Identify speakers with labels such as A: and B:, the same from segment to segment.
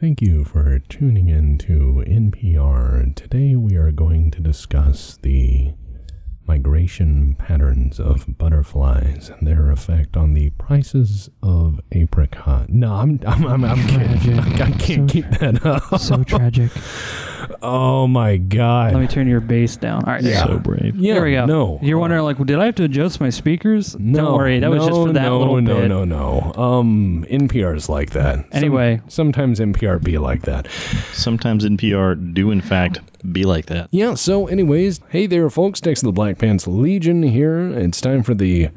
A: Thank you for tuning in to NPR. Today we are going to discuss the migration patterns of butterflies and their effect on the prices of apricot. No, I'm I'm I'm, I'm kidding.
B: Tragic.
A: I can't
B: So-
A: keep that up.
B: So tragic.
A: oh my god.
B: Let me turn your bass down. All right. there you
A: Yeah.
B: go.
C: So brave.
A: yeah,
B: there we go.
A: No.
B: You're wondering, like, did I have to adjust my speakers?
A: no,
B: Don't worry. That was just
A: no,
B: for that
A: no,
B: little
A: no,
B: bit.
A: No, no, no. Um, NPR is like that. Some-
B: Anyway.
A: sometimes NPR be like that.
C: Sometimes NPR do, in fact, be like that.
A: Yeah, so, anyways, hey there, folks. Next to the Black Pants Legion here. It's time for the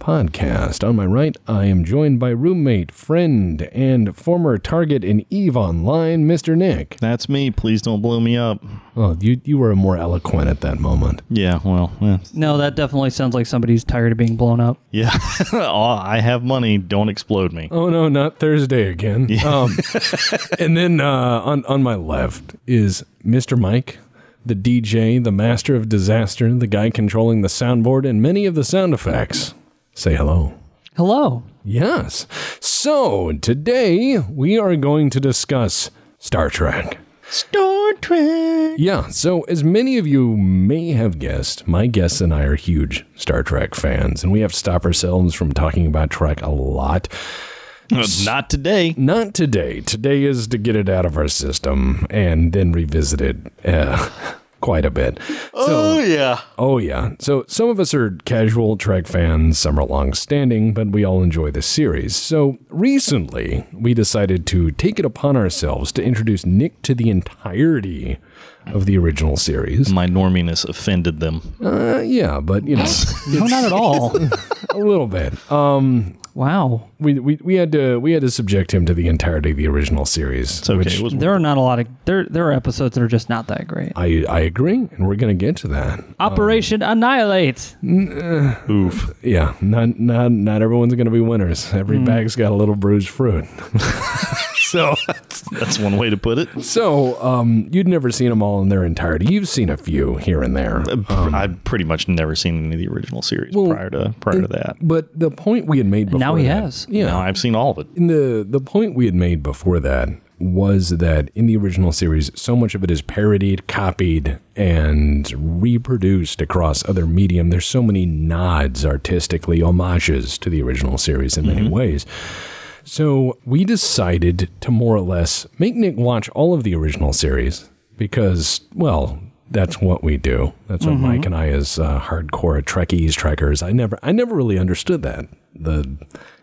A: podcast. On my right, I am joined by roommate, friend, and former target in EVE Online, Mr. Nick.
C: That's me. Please don't blow me up.
A: Oh, you, you were more eloquent at that moment.
C: Yeah, well, eh,
B: No, that definitely sounds like somebody's tired of being blown up.
C: yeah. Aw, I have money. Don't explode me.
A: Oh, no, not Thursday again. Um, and then uh, on, on my left is Mr. Mike. The DJ, the master of disaster, the guy controlling the soundboard, and many of the sound effects. Say hello.
B: Hello.
A: Yes. So today we are going to discuss Star Trek.
C: Star Trek.
A: Yeah, so as many of you may have guessed, my guests and I are huge Star Trek fans, and we have to stop ourselves from talking about Trek a lot.
C: Uh, Not today.
A: Not today. Today is to get it out of our system and then revisit it uh, quite a bit.
C: oh, yeah.
A: Oh, yeah. So some of us are casual Trek fans, some are long standing, but we all enjoy this series. So recently, we decided to take it upon ourselves to introduce Nick to the entirety of the original series.
C: My norminess offended them.
A: Uh, yeah, but, you know,
B: No, not at all.
A: a little bit. Uh,
B: wow.
A: We, we, we had to we had to subject him to the entirety of the original series.
C: It's okay.
A: which
C: it was,
B: There are not a lot of there. There are episodes that are just not that great.
A: I, I agree, and we're gonna get to that.
B: Operation Annihilate.
C: oof. Mm.
A: Yeah, not not not everyone's gonna be winners. Every bag's got a little bruised fruit. so
C: That's one way to put it.
A: So, um, you'd never seen them all in their entirety. You've seen a few here and there.
B: Uh,
C: I've pretty much never seen any of the original series prior to prior to that.
A: But the point we had made before
B: now he
A: that-
B: has.
A: Yeah.
C: Now I've seen all of it.
A: And the the point we had made before that was that in the original series, so much of it is parodied, copied, and reproduced across other medium. There's so many nods artistically, homages to the original series in many ways. So we decided to more or less make Nick watch all of the original series because, well, that's what we do. That's what Mike and I, as uh, hardcore Trekkies, Trekkers, I never, I never really understood that. The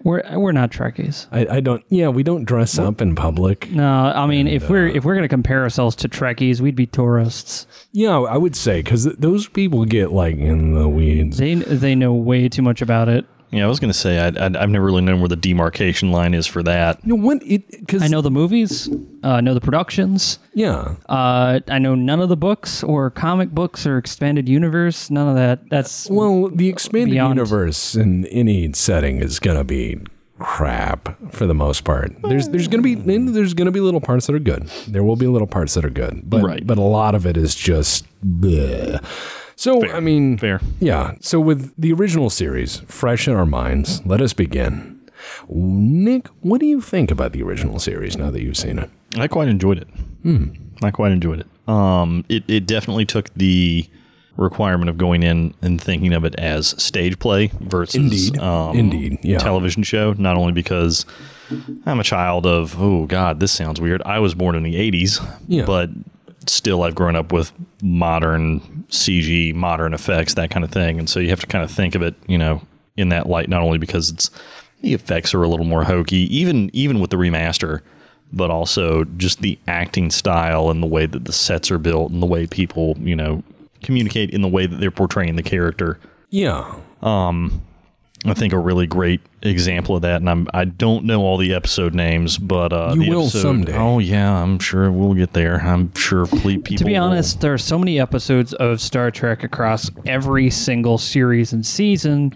B: We're we're not Trekkies.
A: I, I don't. Yeah, we don't dress up in public.
B: No, I mean if we're if we're gonna compare ourselves to Trekkies, we'd be tourists.
A: Yeah, I would say because th- those people get like in the weeds.
B: They they know way too much about it.
C: Yeah, I was going to say, I, I, I've never really known where the demarcation line is for that.
A: You know what? It because
B: I know the movies. Uh, I know the productions.
A: Yeah,
B: Uh, I know none of the books or comic books or expanded universe. None of that. That's
A: well, the expanded
B: Beyond.
A: universe in any setting is gonna be crap for the most part. There's there's gonna be there's gonna be little parts that are good. There will be little parts that are good, but
C: Right.
A: but a lot of it is just. bleh. So I mean,
C: Fair.
A: Yeah. So with the original series fresh in our minds, let us begin. Nick, what do you think about the original series now that you've seen it?
C: I quite enjoyed it. I quite enjoyed it. Um, it it definitely took the requirement of going in and thinking of it as stage play versus
A: Indeed.
C: um,
A: Indeed, yeah.
C: television show. Not only because I'm a child of oh god, this sounds weird. I was born in the '80s,
A: Yeah.
C: but still I've grown up with modern CG, modern effects, that kind of thing. And so you have to kind of think of it, you know, in that light. Not only because it's the effects are a little more hokey, even even with the remaster, but also just the acting style and the way that the sets are built and the way people, you know, communicate in the way that they're portraying the character.
A: Yeah.
C: I think a really great example of that, and I'm I don't know all the episode names, but uh,
A: You
C: the
A: will
C: episode-
A: someday.
C: Oh yeah, I'm sure we'll get there. I'm sure ple- people.
B: to be
C: will-
B: honest. There are so many episodes of Star Trek across every single series and season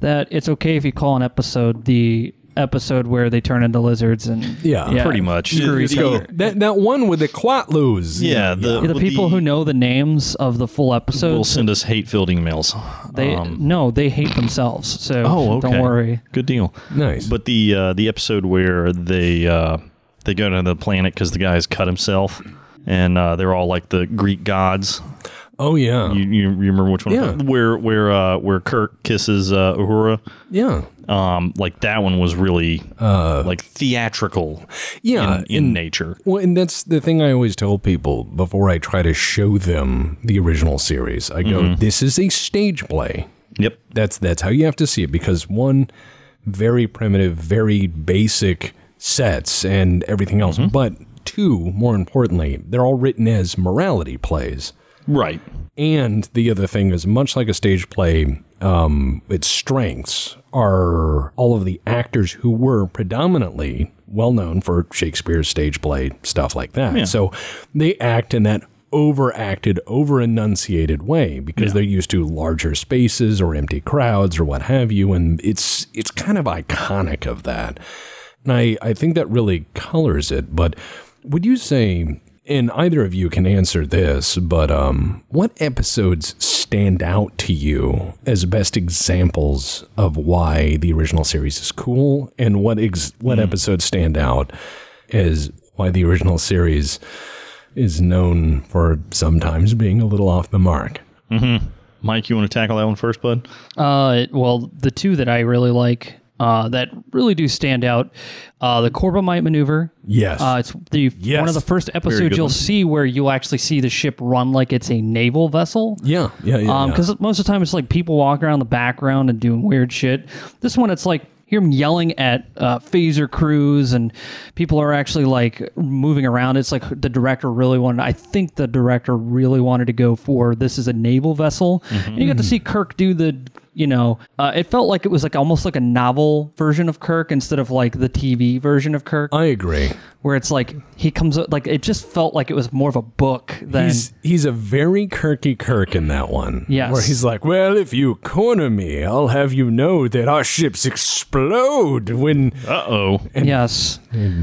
B: that it's okay if you call an episode the episode where they turn into lizards and
A: Yeah.
C: pretty much.
B: screw
C: Yeah,
B: each
C: the-
B: other.
A: That that one with the quat lose.
C: yeah, the,
B: Yeah, the people who know the names of the full
C: will
B: episodes,
C: send us hate-filled emails.
B: they no, they hate themselves. So
C: um, Oh, okay.
B: don't worry.
C: Good deal.
A: Nice.
C: But the uh, the episode where they uh, They go to the planet because the guy's cut himself, and uh, they're all like the Greek gods.
A: Oh yeah,
C: You, you, you remember which one?
A: Yeah.
C: Where where uh, where Kirk kisses uh, Uhura?
A: yeah,
C: Um, like that one was really uh, like theatrical
A: yeah.
C: in, in nature.
A: Well, and that's the thing I always tell people before I try to show them the original series. I go,
C: Mm-hmm.
A: "This is a stage play.
C: Yep.
A: That's that's how you have to see it because one, very primitive, very basic sets and everything else. But two, more importantly, they're all written as morality plays.
C: Right.
A: And the other thing is, much like a stage play, um, its strengths are all of the actors who were predominantly well known for Shakespeare's stage play, stuff like that. So they act in that overacted, over enunciated way because they're used to larger spaces or empty crowds or what have you. And it's it's kind of iconic of that. And I, I think that really colors it. But would you say, and either of you can answer this, but um, what episodes stand out to you as best examples of why the original series is cool? And what, ex- what episodes stand out as why the original series is known for sometimes being a little off the mark?
C: Mike, you want to tackle that one first, bud?
B: Uh, well, the two that I really like uh, that really do stand out uh, the Corbomite maneuver.
A: Yes.
B: Uh, it's the
A: Yes.
B: one of the first episodes
C: good
B: you'll
C: one.
B: see where you'll actually see the ship run like it's a naval vessel.
A: yeah. Yeah. Yeah. yeah.
B: Because most of the time it's like people walking around the background and doing weird shit. This one, it's like hear them yelling at uh, phaser crews, and people are actually like moving around. It's like the director really wanted. I think the director really wanted to go for this is a naval vessel,
A: Mm-hmm.
B: and you got to see Kirk do the. You know, uh, it felt like it was like almost like a novel version of Kirk instead of like the TV version of Kirk,
A: I agree.
B: where it's like he comes up like it just felt like it was more of a book than
A: He's he's a very Kirky Kirk in that one.
B: Yes.
A: Where he's like, Well, if you corner me, I'll have you know that our ships explode when
C: Uh oh.
B: yes,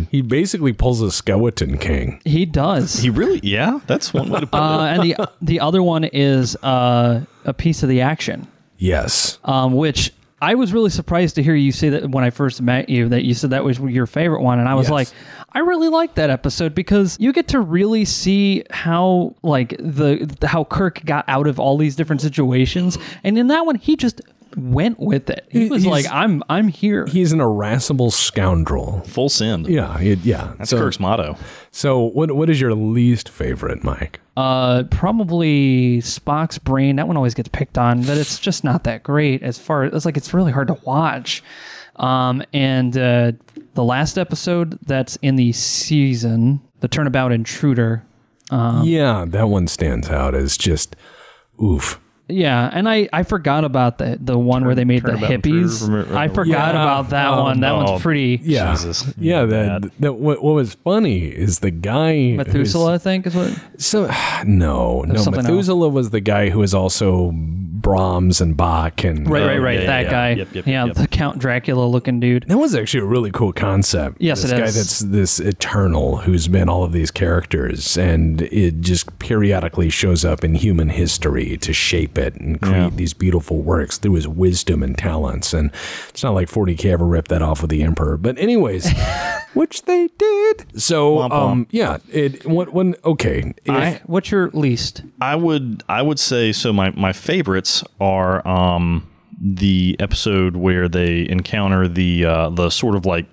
A: he basically pulls a skeleton king.
B: he does.
C: He really? Yeah. That's one way to put
B: uh, and the the other one is uh, a piece of the action,
A: Yes.
B: um, which I was really surprised to hear you say that when I first met you that you said that was your favorite one, and I was
A: Yes.
B: like, I really like that episode because you get to really see how like the how Kirk got out of all these different situations, and in that one he just went with it. He
A: He-
B: was
A: he's-
B: like, I'm I'm here.
A: He's an irascible scoundrel.
C: it. Full send.
A: Yeah, it- yeah.
C: That's
A: so,
C: Kirk's motto.
A: so what what is your least favorite, Mike?
B: Uh, probably Spock's brain. That one always gets picked on, but it's just not that great as far as like it's really hard to watch. Um, and uh, the last episode that's in the season, the Turnabout Intruder. Um,
A: yeah, that one stands out as just oof.
B: Yeah, and I, I forgot about the the one where they made the
C: Turnabout
B: hippies.
C: Intruder, remember-
B: I forgot
A: Yeah,
B: about that
A: um,
B: one. That
C: oh,
B: one's pretty.
A: Yeah.
C: Jesus.
A: Yeah, that, that what, what was funny is the guy who's-
B: Methuselah, I think is what.
A: So no, no.
B: something else.
A: Methuselah was the guy who was also Brahms and Bach, and uh,
B: Right, right, right.
C: Oh, yeah,
B: that
C: yeah,
B: guy.
C: yep, yep,
B: yeah,
C: yep.
B: the Count Dracula looking dude.
A: that was actually a really cool concept.
B: Yes,
A: this
B: it
A: guy
B: is.
A: that's this eternal who's been all of these characters, and it just periodically shows up in human history to shape it and create
C: Yeah.
A: these beautiful works through his wisdom and talents. And it's not like 40k ever ripped that off with the Emperor, but anyways, which they did. So, um, yeah, it. What? When? Okay, if-
B: I, what's your least?
C: I would I would say so my, my favorites are um the episode where they encounter the uh, the sort of like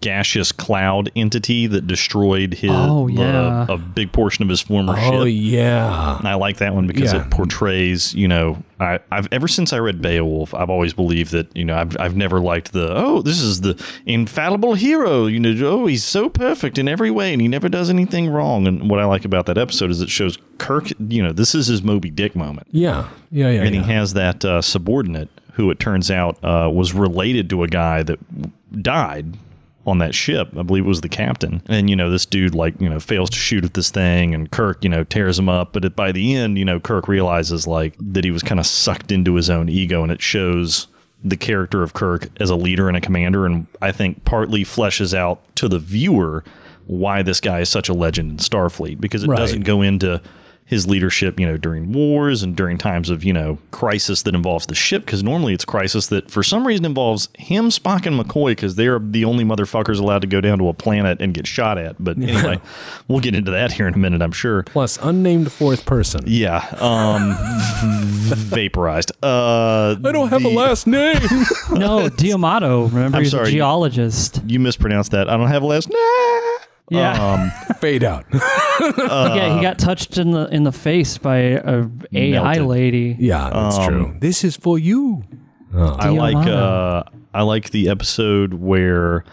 C: gaseous cloud entity that destroyed his
B: Oh,
C: the-
B: yeah.
C: a big portion of his former
A: oh
C: ship.
A: yeah.
C: And I like that one because
A: Yeah.
C: it portrays, you know, I, I've ever since I read Beowulf, I've always believed that, you know, I've, I've never liked the, oh, this is the infallible hero. You know, oh, he's so perfect in every way and he never does anything wrong. And what I like about that episode is it shows Kirk, you know, this is his Moby Dick moment.
A: Yeah, yeah, yeah.
C: And
A: yeah.
C: he has that uh, subordinate who it turns out uh, was related to a guy that died on that ship. I believe it was the captain. And, you know, this dude, like, you know, fails to shoot at this thing, and Kirk, you know, tears him up. But it, by the end, you know, Kirk realizes, like, that he was kind of sucked into his own ego, and it shows the character of Kirk as a leader and a commander. And I think partly fleshes out to the viewer why this guy is such a legend in Starfleet because it
A: Right.
C: doesn't go into his leadership, you know, during wars and during times of, you know, crisis that involves the ship. Because normally it's crisis that for some reason involves him, Spock, and McCoy, because they're the only motherfuckers allowed to go down to a planet and get shot at. But anyway, we'll get into that here in a minute, I'm sure.
A: Plus, unnamed fourth person.
C: Yeah. Um, vaporized. Uh,
A: I don't have a last name.
B: No, Diamato. Remember,
C: I'm
B: he's
C: sorry.
B: a geologist.
C: You mispronounced that. I don't have a last.
B: Yeah,
C: Um, uh,
A: Fade out.
B: yeah. He got touched in the in the face by a AI
C: Melted.
B: lady.
A: Yeah, that's
C: Um,
A: true. This is for you.
C: I like uh,
B: Diorama.
C: I like the episode where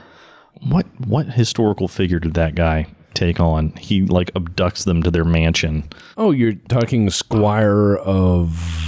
C: what what historical figure did that guy take on? He like abducts them to their mansion.
A: Oh, you're talking Squire of.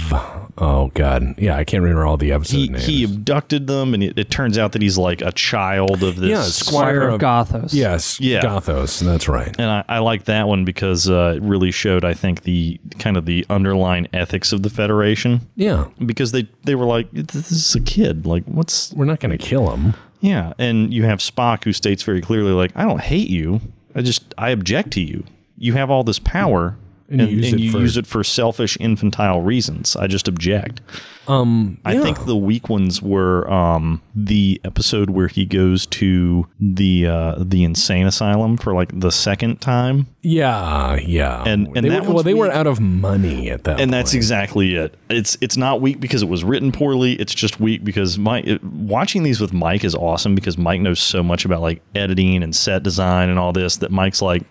A: Oh God, yeah, I can't remember all the episode
C: He,
A: names.
C: he abducted them, and it, it turns out that he's like a child of this.
A: yeah, Squire,
B: Fire
A: of
B: of Gothos.
A: Yes,
C: Yeah.
A: Gothos. That's right.
C: and I, I like that one because uh, it really showed, I think, the kind of the underlying ethics of the Federation.
A: Yeah,
C: Because they, they were like, this is a kid. Like, what's
A: we're not gonna kill him.
C: Yeah, and you have Spock who states very clearly, like, I don't hate you. I just I object to you. You have all this power,
A: And
C: and,
A: you
C: and you,
A: use it for-
C: use it for selfish, infantile reasons. I just object. Um, I
A: yeah.
C: think the weak ones were um, the episode where he goes to the uh, the insane asylum for like the second time,
A: Yeah, yeah.
C: And- and
A: they
C: that
A: were, well,
C: one's
A: they were
C: weak.
A: out of money at that.
C: and that's
A: point.
C: exactly it. It's it's not weak because it was written poorly. It's just weak because Mike it- watching these with Mike is awesome because Mike knows so much about like editing and set design and all this that Mike's like.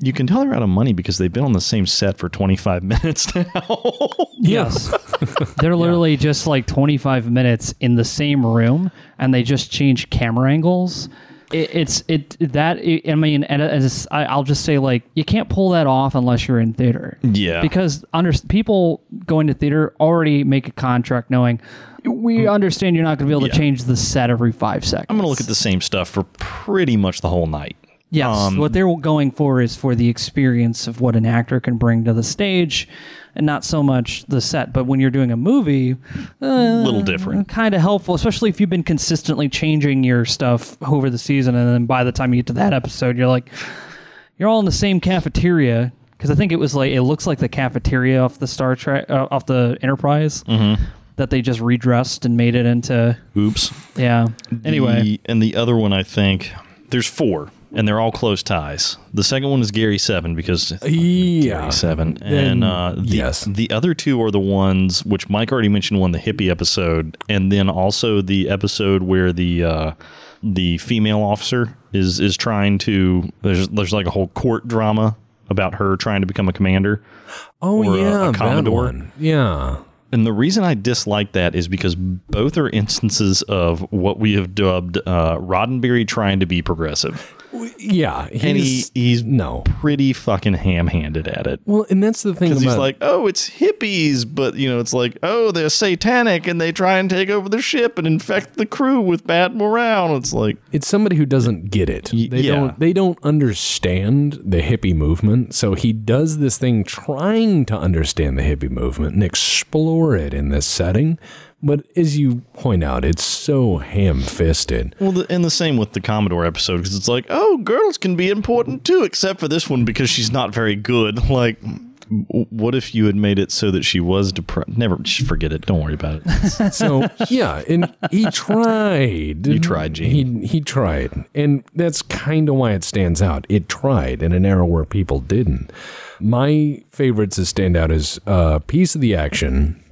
C: You can tell they're out of money because they've been on the same set for 25 minutes now.
B: Yes. They're literally just like 25 minutes in the same room and they just change camera angles. It, it's it that I mean, and as I, I'll just say like you can't pull that off unless you're in theater.
C: Yeah.
B: because under people going to theater already make a contract knowing we understand you're not going to be able to
C: Mm. Yeah.
B: change the set every five seconds.
C: I'm going to look at the same stuff for pretty much the whole night.
B: Yes,
C: Um,
B: what they're going for is for the experience of what an actor can bring to the stage, and not so much the set. But when you're doing a movie, uh,
C: Little different.
B: kind of helpful, especially if you've been consistently changing your stuff over the season, and then by the time you get to that episode, you're like, you're all in the same cafeteria. Because I think it was like it looks like the cafeteria off the Star Trek, uh, off the Enterprise,
C: Mm-hmm.
B: that they just redressed and made it into.
C: Oops.
B: Yeah. Anyway,
C: The- and the other one, I think, there's four, and they're all close ties. The second one is Gary Seven because
A: Yeah.
C: seven. And uh, the,
A: yes.
C: the other two are the ones which Mike already mentioned one, the hippie episode, and then also the episode where the uh, the female officer is is trying to there's there's like a whole court drama about her trying to become a commander.
A: Oh
C: Or a-
A: yeah,
C: a
A: that
C: Commodore.
A: one. Yeah.
C: And the reason I dislike that is because both are instances of what we have dubbed uh, Roddenberry trying to be progressive.
A: Yeah. He's,
C: And he, he's
A: no.
C: pretty fucking ham handed at it.
A: Well, and that's the thing about
C: Because he's like, oh, it's hippies, but you know, it's like, oh, they're satanic and they try and take over the ship and infect the crew with bad morale. It's like,
A: it's somebody who doesn't get it.
C: Y-
A: They
C: yeah.
A: don't they don't understand the hippie movement. So he does this thing trying to understand the hippie movement and explore it in this setting. But as you point out, it's so ham-fisted.
C: well, the, and the same with the Commodore episode because it's like, oh, girls can be important too, except for this one because she's not very good. Like, w- what if you had made it so that she was depressed? Never, just forget it. Don't worry about it.
A: So yeah, and he tried. You
C: tried, Gene.
A: He he tried, and that's kind of why it stands out. It tried in an era where people didn't. My favorites that stand out is uh, piece of the action.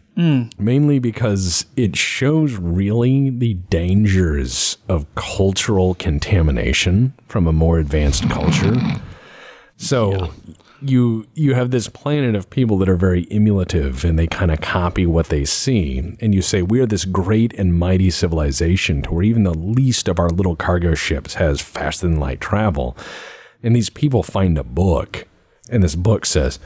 A: Mainly because it shows really the dangers of cultural contamination from a more advanced culture. So you you have this planet of people that are very emulative and they kind of copy what they see. And you say we're this great and mighty civilization to where even the least of our little cargo ships has faster than light travel. And these people find a book, and this book says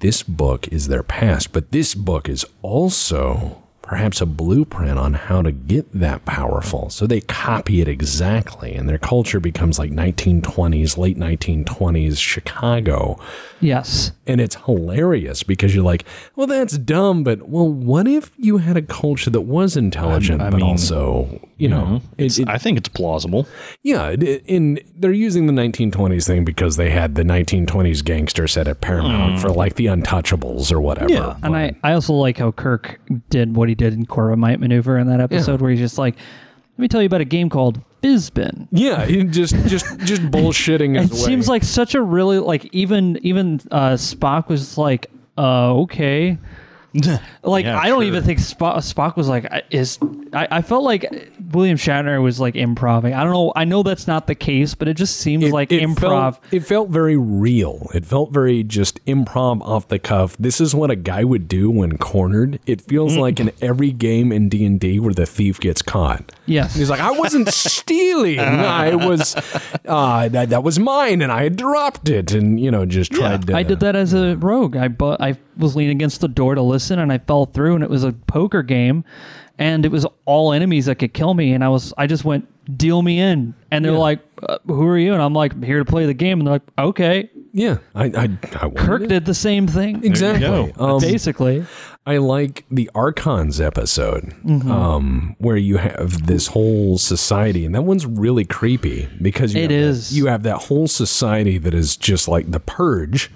A: this book is their past, but this book is also perhaps a blueprint on how to get that powerful. So they copy it exactly, and their culture becomes like 1920s, late 1920s Chicago.
B: yes.
A: And it's hilarious because you're like, well, that's dumb, but well, what if you had a culture that was intelligent, but also You know,
C: It's-
A: it, it,
C: I think it's plausible.
A: yeah, it- it, in they're using the 1920s thing because they had the 1920s gangster set at Paramount for like the Untouchables or whatever.
C: Yeah.
B: And I, I also like how Kirk did what he did in Corbomite maneuver in that episode where he's just like, let me tell you about a game called Bizbin.
A: yeah, he just just just bullshitting.
B: It
A: His way.
B: seems like such a really like even even uh, Spock was like, uh, okay. Like
C: Yeah,
B: I don't
C: sure.
B: even think Spock, Spock was like I- is I, I felt like William Shatner was like improving. I don't know. I know that's not the case, but it just seems like improv.
A: Felt, it felt very real. It felt very just improv off the cuff. This is what a guy would do when cornered. It feels
B: Mm.
A: like in every game in D and D where the thief gets caught.
B: Yes.
A: And he's like, I wasn't stealing. I was uh, that that was mine, and I dropped it, and you know, just tried to.
B: I did that as a rogue. I bu- I was leaning against the door to listen, and I fell through, and it was a poker game, and it was all enemies that could kill me, and I was I just went deal me in, and they're like, uh, "Who are you?" And I'm like, "Here to play the game," and they're like, "Okay."
A: Yeah, I I, I wanted
B: Kirk
A: it.
B: did the same thing,
A: exactly.
C: go.
A: Um,
B: basically.
A: I like the Archons episode,
B: Mm-hmm.
A: um, where you have this whole society, and that one's really creepy because you
B: It
A: have that-
B: is.
A: you have that whole society that is just like the purge,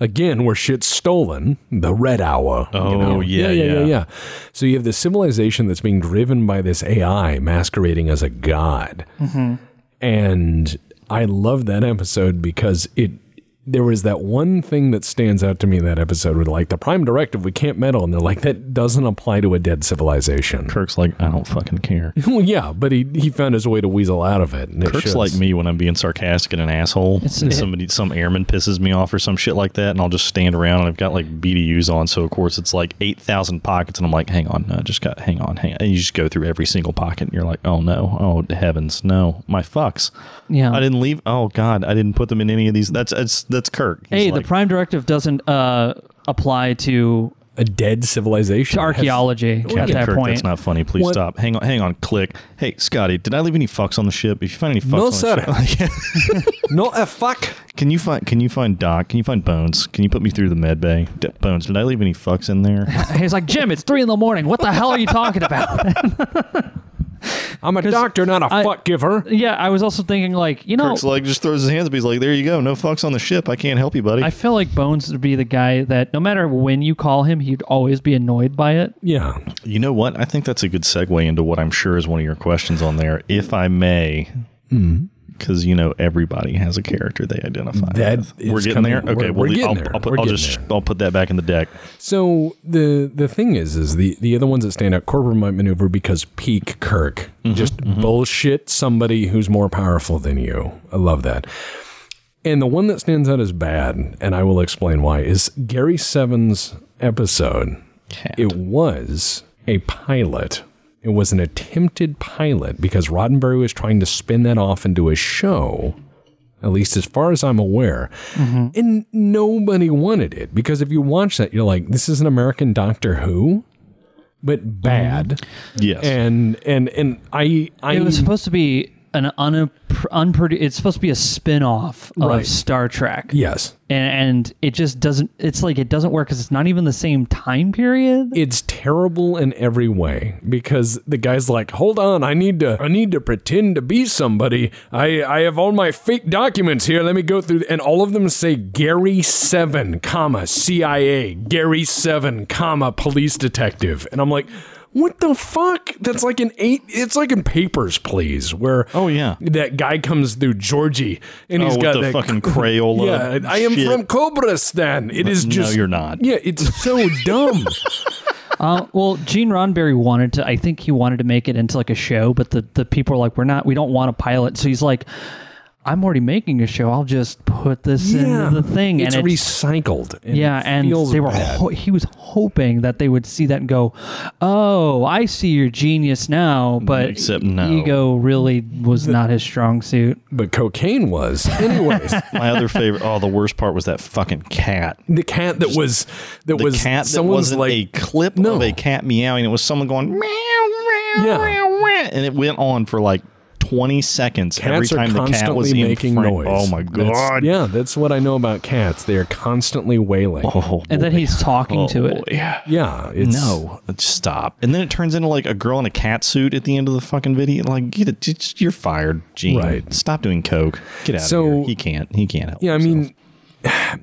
A: again, where shit's stolen, the Red Hour. you
C: Oh,
A: know?
C: yeah,
A: yeah, yeah,
C: yeah.
A: yeah. So you have this civilization that's being driven by this AI masquerading as a god, and I love that episode because it there was that one thing that stands out to me in that episode where like the prime directive we can't meddle and they're like that doesn't apply to a dead civilization.
C: Kirk's like, I don't fucking care.
A: well, yeah, but he he found his way to weasel out of it. And it
C: Kirk's
A: shows.
C: like me when I'm being sarcastic and an asshole. And somebody, some airman pisses me off or some shit like that, and I'll just stand around and I've got like BDUs on, so of course it's like eight thousand pockets, and I'm like, hang on, no, just got, hang on, hang on, and you just go through every single pocket, and you're like, oh no, oh heavens, no, my fucks,
B: Yeah.
C: I didn't leave, oh god, I didn't put them in any of these. That's that's that's Kirk. He's
B: Hey,
C: like,
B: the prime directive doesn't uh, apply to
A: a dead civilization.
B: to archaeology at
C: Captain
B: that
C: Kirk,
B: point.
C: that's not funny. Please
A: What-
C: stop. Hang on, hang on. Click. Hey, Scotty, did I leave any fucks on the ship? If you find any fucks,
A: No,
C: on The ship,
A: Not a fuck.
C: Can you find Can you find Doc? Can you find Bones? Can you put me through the med bay? D- Bones, did I leave any fucks in there?
B: He's like, Jim, it's three in the morning. What the hell are you talking about?
A: I'm a doctor, not a
B: I-
A: fuck giver.
B: yeah, I was also thinking like, you know,
C: Kirk's like just throws his hands up. He's like, "There you go. No fucks on the ship. I can't help you, buddy."
B: I feel like Bones would be the guy that no matter when you call him, he'd always be annoyed by it.
A: Yeah.
C: you know what? I think that's a good segue into what I'm sure is one of your questions on there, if I may.
A: Hmm.
C: Because you know everybody has a character they identify.
A: That
C: with.
A: is
C: we're getting
A: coming-
C: there.
A: we're-
C: Okay,
A: we're
C: we'll leave-
A: getting
C: I'll,
A: there.
C: I'll put,
A: We're
C: I'll
A: getting
C: just
A: there.
C: I'll put that back in the deck.
A: So the the thing is, is the the other ones that stand out, Corbin might maneuver because peak Kirk just bullshit somebody who's more powerful than you. I love that. And the one that stands out as bad, and I will explain why, is Gary Seven's episode. It was a pilot. It was an attempted pilot because Roddenberry was trying to spin that off into a show at least as far as I'm aware.
B: Mm-hmm.
A: And nobody wanted it because if you watch that, you're like, this is an American Doctor Who, but bad.
C: Yes.
A: And and and I I
B: Mm-hmm. It was supposed to be an un unproduced. It's supposed to be a spin-off of
A: Right.
B: Star Trek,
A: yes,
B: and, and it just doesn't. It's like it doesn't work because it's not even the same time period.
A: it's terrible in every way because the guy's like, hold on, I need to I need to pretend to be somebody. I I have all my fake documents here. Let me go through, and all of them say Gary Seven, comma CIA, Gary Seven, comma police detective, and I'm like. What the fuck? That's like an eight. It's like in Papers, Please, where
C: Oh, yeah.
A: that guy comes through Georgie, and
C: oh,
A: he's
C: with
A: got
C: the
A: that
C: fucking Crayola.
A: yeah, I am
C: shit.
A: from Cobristan. It is
C: No,
A: just
C: you're not.
A: Yeah, it's so dumb.
B: Uh, well, Gene Roddenberry wanted to. I think he wanted to make it into like a show, but the the people are like, we're not. We don't want a pilot. So he's like. I'm already making a show. I'll just put this
A: Yeah.
B: into the thing,
A: It's
B: and it's
A: recycled. and
B: Yeah,
A: it
B: and
A: feels
B: they were.
A: bad.
B: Ho- he was hoping that they would see that and go, "Oh, I see your genius now." But
C: Except no.
B: ego really was not his strong suit.
A: but cocaine was. Anyways,
C: My other favorite. Oh, the worst part was that fucking cat.
A: the cat that was that
C: the
A: was
C: cat that
A: someone's
C: wasn't
A: like
C: a clip
A: No.
C: of a cat meowing. It was someone going meow meow
A: Yeah.
C: meow meow, and it went on for like 20 seconds
A: Cats
C: every
A: are
C: time the cat was
A: constantly
C: in
A: making
C: frame.
A: noise.
C: Oh my
A: That's-
C: god!
A: yeah, that's what I know about cats. They are constantly wailing.
C: Oh,
B: and then he's talking
C: boy.
B: to it.
C: Yeah.
A: Yeah, it's
C: No, stop. And then it turns into like a girl in a cat suit at the end of the fucking video. Like, get it, just- you're fired, Gene.
A: Right.
C: Stop doing coke. Get out
A: So-
C: of here. He can't. He can't help.
A: Yeah, I
C: himself.
A: mean,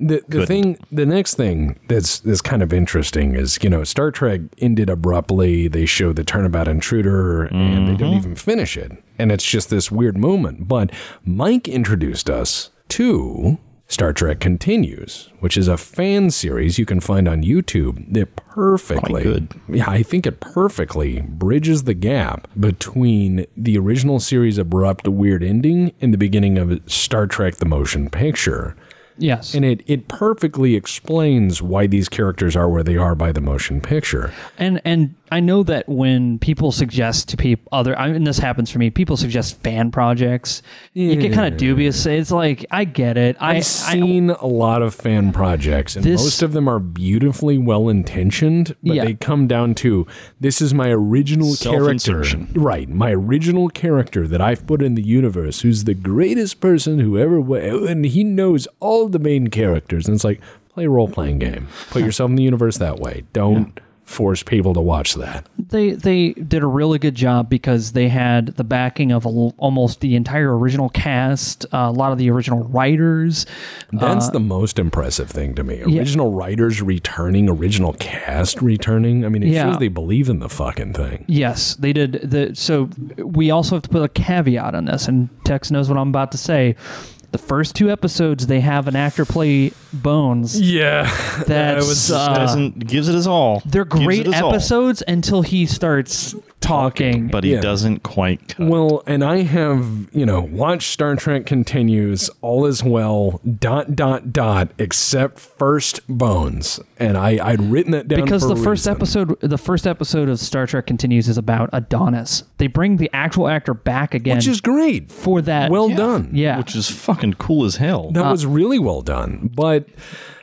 A: the the thing, the next thing that's that's kind of interesting is you know Star Trek ended abruptly. They show the Turnabout Intruder, and they don't even finish it, and it's just this weird moment. But Mike introduced us to. Star Trek Continues, which is a fan series you can find on YouTube that perfectly,
C: good.
A: yeah, I think it perfectly bridges the gap between the original series' abrupt, weird ending and the beginning of Star Trek: The Motion Picture.
B: Yes.
A: And it, it perfectly explains why these characters are where they are by the motion picture.
B: And and I know that when people suggest to people other, I mean, this happens for me. People suggest fan projects. You get kind of dubious. It's like I get it. I,
A: I've seen a lot of fan projects, and
B: This-
A: most of them are beautifully well intentioned, but
B: Yeah.
A: they come down to this is my original character.
C: Self-insertion.
A: Right. My original character that I've put in the universe, who's the greatest person who ever was, and he knows all the main characters. And it's like, play a role playing game, put yourself in the universe that way. Don't force people to watch that.
B: they they did a really good job because they had the backing of al- almost the entire original cast, uh, a lot of the original writers. Uh,
A: That's the most impressive thing to me. Original writers returning, original cast returning. I mean, it
B: Yeah.
A: shows they believe in the fucking thing.
B: Yes, they did. The so we also have to put a caveat on this, and Tex knows what I'm about to say. The first two episodes, they have an actor play Bones.
A: Yeah.
B: That's uh,
C: doesn't gives it his all.
B: They're
C: Gives it
B: great
C: his all.
B: episodes until he starts talking.
C: but he
A: Yeah.
C: doesn't quite. Cut.
A: Well, and I have, you know, watched Star Trek continues, all is well, dot, dot, dot, except first bones. And I, I'd written that down
B: because
A: for
B: the
A: a
B: first
A: reason.
B: episode, the first episode of Star Trek continues is about Adonis. They bring the actual actor back again
A: Which is great.
B: for that.
A: Well done.
B: yeah, Uh,
C: which is fucking cool as hell.
A: That was really well done. But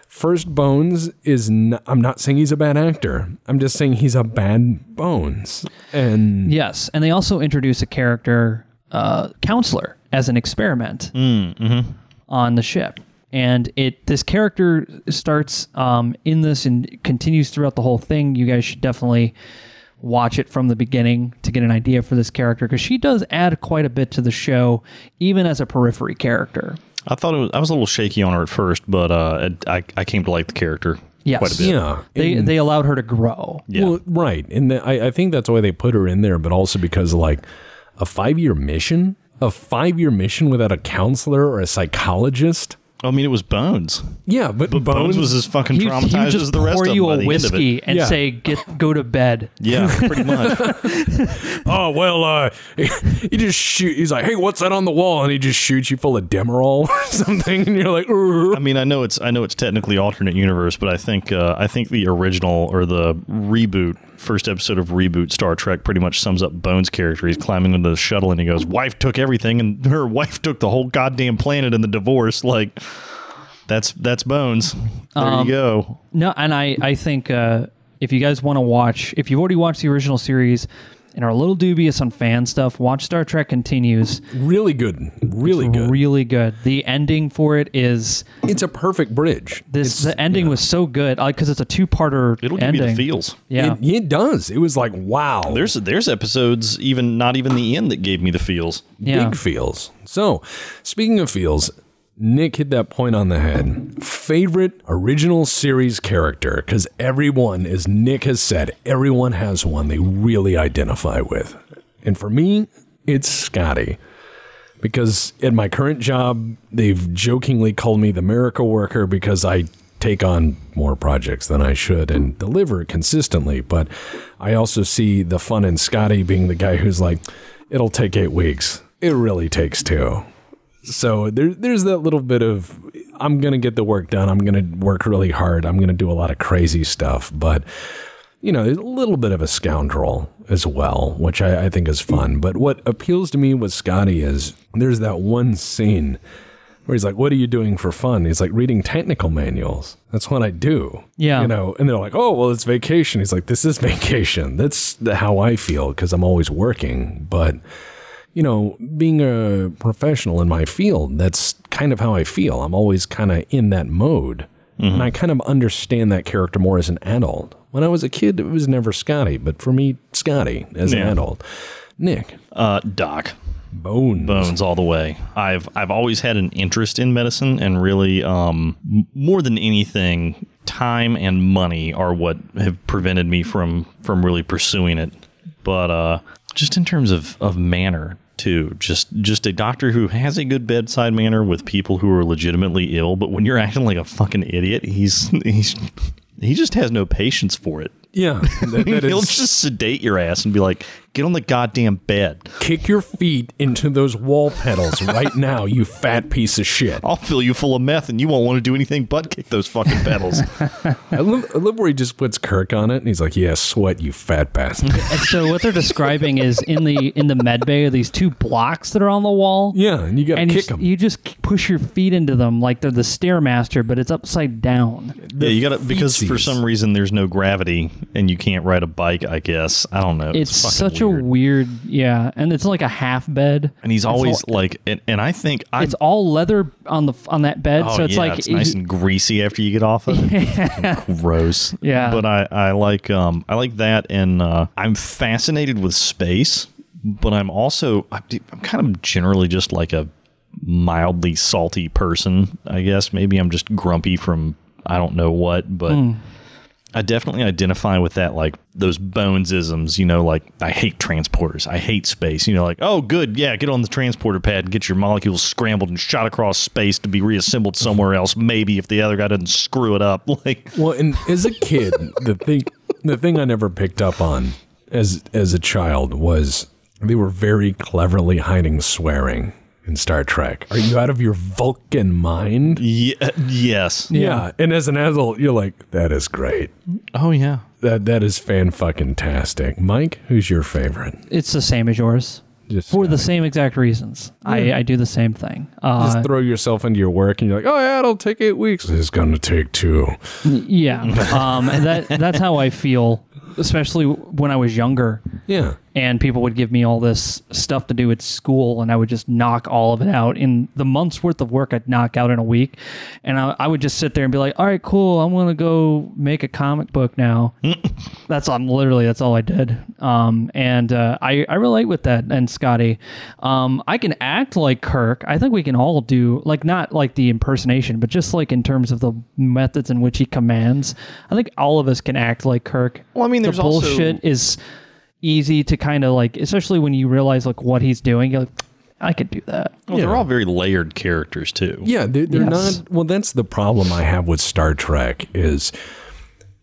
A: First Bones is n I'm not saying he's a bad actor. I'm just saying he's a bad Bones. And
B: yes. And they also introduce a character uh, counselor as an experiment
C: Mm, mm-hmm.
B: on the ship. And it this character starts um, in this and continues throughout the whole thing. You guys should definitely watch it from the beginning to get an idea for this character because she does add quite a bit to the show, even as a periphery character.
C: I thought it was. I was a little shaky on her at first, but uh, I I came to like the character
B: Yes.
C: quite a bit.
A: yeah.
B: They they allowed her to grow.
C: Yeah.
A: Well, right. And the, I, I think that's why they put her in there, but also because, like, a five year mission, a five year mission without a counselor or a psychologist.
C: I mean, it was Bones.
A: Yeah, but,
C: Bones was as fucking
B: He,
C: traumatized
B: he would
C: as
B: just
C: the rest
B: pour
C: of them
B: you
C: by
B: a
C: the end of it.
B: whiskey and
A: Yeah.
B: say get go to bed.
C: Yeah, pretty much.
A: oh, well, uh, he just shoot. He's like, hey, what's that on the wall? And he just shoots you full of Demerol or something. And you're like, "Ugh."
C: I mean, I know it's I know it's technically alternate universe, but I think uh, I think the original or the reboot first episode of reboot Star Trek pretty much sums up Bones' character. He's climbing into the shuttle and he goes, "Wife took everything, and her wife took the whole goddamn planet in the divorce." Like, that's that's Bones. There
B: Um,
C: you go.
B: No, and I I think uh, if you guys want to watch, if you've already watched the original series and are a little dubious on fan stuff, watch Star Trek Continues.
A: really good. Really good.
B: Really good. The ending for it is
A: it's a perfect bridge.
B: this. the ending was so good because it's a two parter.
C: It'll give
B: ending.
C: you the feels.
B: Yeah.
A: It, it does. It was like, wow.
C: There's there's episodes even not even the end that gave me the feels.
B: yeah.
A: big feels. So, speaking of feels, Nick hit that point on the head. Favorite original series character, because everyone, as Nick has said, everyone has one they really identify with. And for me, it's Scotty. Because at my current job, they've jokingly called me the miracle worker because I take on more projects than I should and deliver consistently. But I also see the fun in Scotty being the guy who's like, it'll take eight weeks. It really takes two. So there, there's that little bit of I'm going to get the work done. I'm going to work really hard. I'm going to do a lot of crazy stuff. But you know, a little bit of a scoundrel as well, which I, I think is fun. But what appeals to me with Scotty is there's that one scene where he's like, What are you doing for fun? He's like, Reading technical manuals. That's what I do.
B: Yeah.
A: You know, and they're like, Oh, well, it's vacation. He's like, This is vacation. That's the- how I feel because I'm always working. But you know, being a professional in my field, that's kind of how I feel. I'm always kind of in that mode. And
C: Mm-hmm.
A: I kind of understand that character more as an adult. When I was a kid, it was never Scotty, but for me, Scotty as an
C: Yeah.
A: adult. Nick,
C: Uh, doc.
A: Bones.
C: bones all the way. I've I've always had an interest in medicine, and really, um, m- more than anything, time and money are what have prevented me from from really pursuing it. But uh, just in terms of of manner too, just just a doctor who has a good bedside manner with people who are legitimately ill. But when you're acting like a fucking idiot, he's he's he just has no patience for it.
A: Yeah, that, that
C: He'll
A: is
C: just sedate your ass and be like, "Get on the goddamn bed."
A: kick your feet into those wall pedals right now, you fat piece of shit.
C: I'll fill you full of meth and you won't want to do anything but kick those fucking pedals.
A: I love, I love where he just puts Kirk on it, and he's like, "Yeah, sweat, you fat bastard."
B: And so what they're describing is in the in the med bay are these two blocks that are on the wall.
A: yeah, and you got to
B: And you,
A: kick
B: just,
A: him.
B: you just push your feet into them like they're the stairmaster, but it's upside down.
C: yeah, you gotta because for
A: feces.
C: some reason there's no gravity and you can't ride a bike, I guess. I don't know.
B: It's,
C: fucking
B: such
C: weird.
B: a weird, yeah, and it's like a half bed.
C: and he's
B: It's all-
C: always like and, and I think I
B: it's all leather on the on that bed,
C: oh,
B: so it's
C: yeah,
B: like
C: it's nice and greasy after you get off of it. Fucking Gross.
B: Yeah.
C: But I, I like um I like that and uh, I'm fascinated with space, but I'm also I'm kind of generally just like a mildly salty person, I guess. Maybe I'm just grumpy from I don't know what, but I definitely identify with that, like those bones isms, you know, like I hate transporters. I hate space. You know, like, oh, good. Yeah, get on the transporter pad and get your molecules scrambled and shot across space to be reassembled somewhere else, maybe if the other guy doesn't screw it up. Like,
A: Well, and as a kid, the thing the thing I never picked up on as as a child was they were very cleverly hiding swearing in Star Trek. Are you out of your Vulcan mind?
C: ye- uh, yes.
A: Yeah. And as an adult, you're like, that is great.
C: Oh, yeah.
A: That that is fan fucking tastic. Mike, who's your favorite?
B: it's the same as yours
A: Just
B: for the same exact reasons. I, I do the same thing. Uh,
A: just throw yourself into your work and you're like, oh yeah, it'll take eight weeks. It's gonna take two.
B: yeah, um, and that that's how I feel, especially when I was younger.
A: Yeah.
B: and people would give me all this stuff to do at school and i would just knock all of it out in the month's worth of work i'd knock out in a week and i, I would just sit there and be like all right cool i'm going to go make a comic book now that's i'm literally that's all i did um, and uh, I, I relate with that and scotty um, i can act like kirk i think we can all do like not like the impersonation but just like in terms of the methods in which he commands i think all of us can act like kirk
C: Well, I mean, there's
B: the
C: also-
B: bullshit is easy to kind of like, especially when you realize like what he's doing. You're like, I could do that.
C: Well, they're all very layered characters, too.
A: Yeah, they're, they're
B: Yes.
A: not. Well, that's the problem I have with Star Trek is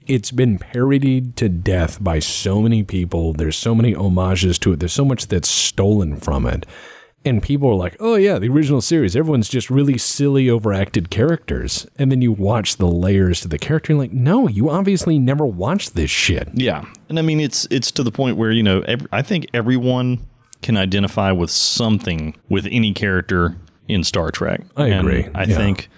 A: it's been parodied to death by so many people. There's so many homages to it. There's so much that's stolen from it. And people are like, oh, yeah, the original series. Everyone's just really silly, overacted characters. And then you watch the layers to the character. And you're like, no, you obviously never watched this shit.
C: Yeah, and I mean it's it's to the point where you know ev I think everyone can identify with something with any character in Star Trek.
A: I
C: And
A: agree,
C: I
A: yeah.
C: think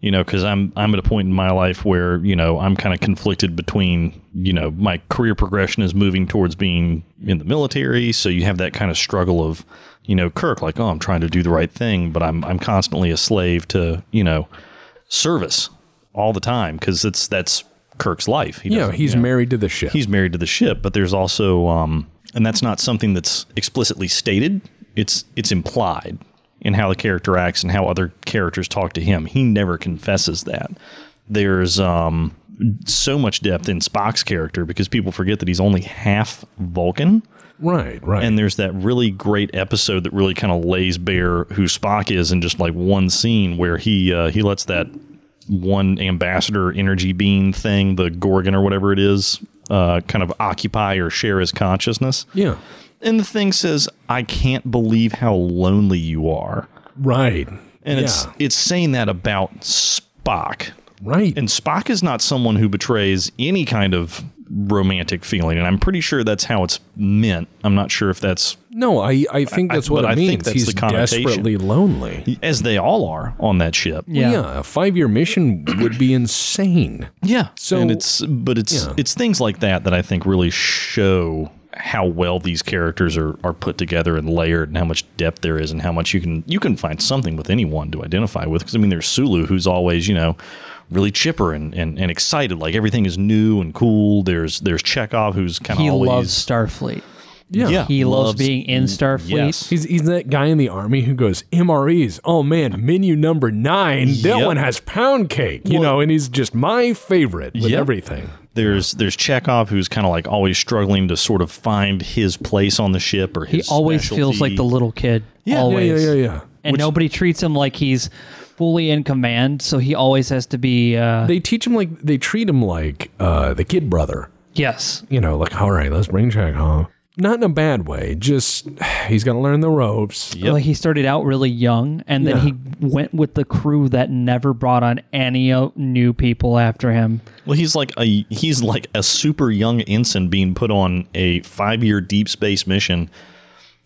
C: you know because I'm I'm at a point in my life where you know I'm kind of conflicted between you know my career progression is moving towards being in the military, so you have that kind of struggle of you know Kirk like oh I'm trying to do the right thing, but I'm I'm constantly a slave to you know service all the time because it's that's Kirk's life. He
A: Yeah,
C: doesn't-
A: he's
C: you know
A: married to the ship.
C: he's married to the ship, but there's also um, and that's not something that's explicitly stated. It's it's implied in how the character acts and how other characters talk to him. He never confesses that. There's um, so much depth in Spock's character because people forget that he's only half Vulcan.
A: right, right.
C: And there's that really great episode that really kind of lays bare who Spock is in just like one scene where he uh, he lets that one ambassador energy bean thing, the Gorgon or whatever it is, uh, kind of occupy or share his consciousness.
A: yeah,
C: And the thing says, "I can't believe how lonely you are,"
A: right.
C: and
A: yeah,
C: it's it's saying that about Spock.
A: right.
C: And Spock is not someone who betrays any kind of romantic feeling, and I'm pretty sure that's how it's meant. I'm not sure if that's
A: no, I, I think that's what
C: but
A: it
C: I think
A: means.
C: that's
A: he's
C: the connotation.
A: desperately lonely.
C: as they all are on that ship.
A: Well, yeah. a five-year mission would be insane.
C: Yeah.
A: So-
C: and it's but it's
A: Yeah.
C: it's things like that that I think really show how well these characters are, are put together and layered and how much depth there is and how much you can you can find something with anyone to identify with because I mean there's Sulu who's always you know really chipper and, and, and excited like everything is new and cool there's there's Chekhov who's kind of
B: He
C: always
B: loves Starfleet.
A: Yeah.
B: He loves,
C: loves-
B: being in Starfleet.
C: yes
A: He's, he's that guy in the army who goes, MREs, oh man, menu number nine, that
C: Yep.
A: one has pound cake, you know, and he's just my favorite with
C: Yep.
A: everything.
C: there's there's Chekhov who's kind of like always struggling to sort of find his place on the ship or
B: He
C: his
B: always feels like
C: specialty.
B: the little kid.
A: Yeah,
B: always.
A: Yeah, yeah, yeah, yeah.
B: And nobody treats him like he's fully in command, so he always has to be uh,
A: They teach him like, they treat him like uh, the kid brother.
B: yes.
A: You know, like, all right, let's bring check home. Not in a bad way, just he's got to learn the ropes.
C: Yep.
B: Like he started out really young, and then
A: Yeah.
B: he went with the crew that never brought on any uh, new people after him.
C: Well, he's like a he's like a super young ensign being put on a five year deep space mission,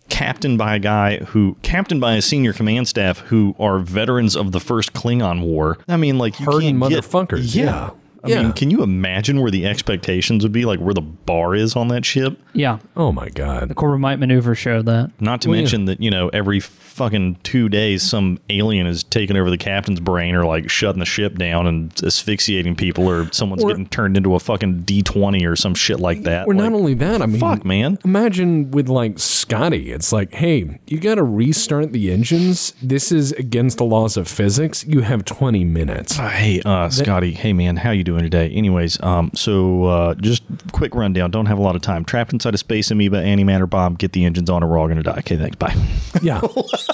C: captained by a guy who captained by a senior command staff who are veterans of the first Klingon War. I mean, like you
A: Herding
C: can't get-
A: motherfuckers, yeah.
C: I
A: Yeah.
C: mean, can you imagine where the expectations would be? Like where the bar is on that ship?
B: Yeah,
A: Oh my God.
B: Corbin Might maneuver showed that.
C: Not to
A: yeah.
C: mention that, you know, every fucking two days some alien is taking over the captain's brain or like shutting the ship down and asphyxiating people or someone's
A: Or-
C: getting turned into a fucking D twenty or some shit like that.
A: Or
C: Like,
A: not only that, I mean,
C: fuck, man.
A: Imagine with like Scotty, it's like, hey, you got to restart the engines. This is against the laws of physics. You have 20 minutes.
C: Uh, Hey, uh, Scotty. Hey, man. How you doing today? Anyways, um, so uh, just quick rundown. Don't have a lot of time. Trapped inside a space amoeba antimatter bomb. Get the engines on, or we're all gonna die. Okay, thanks. Bye.
A: Yeah.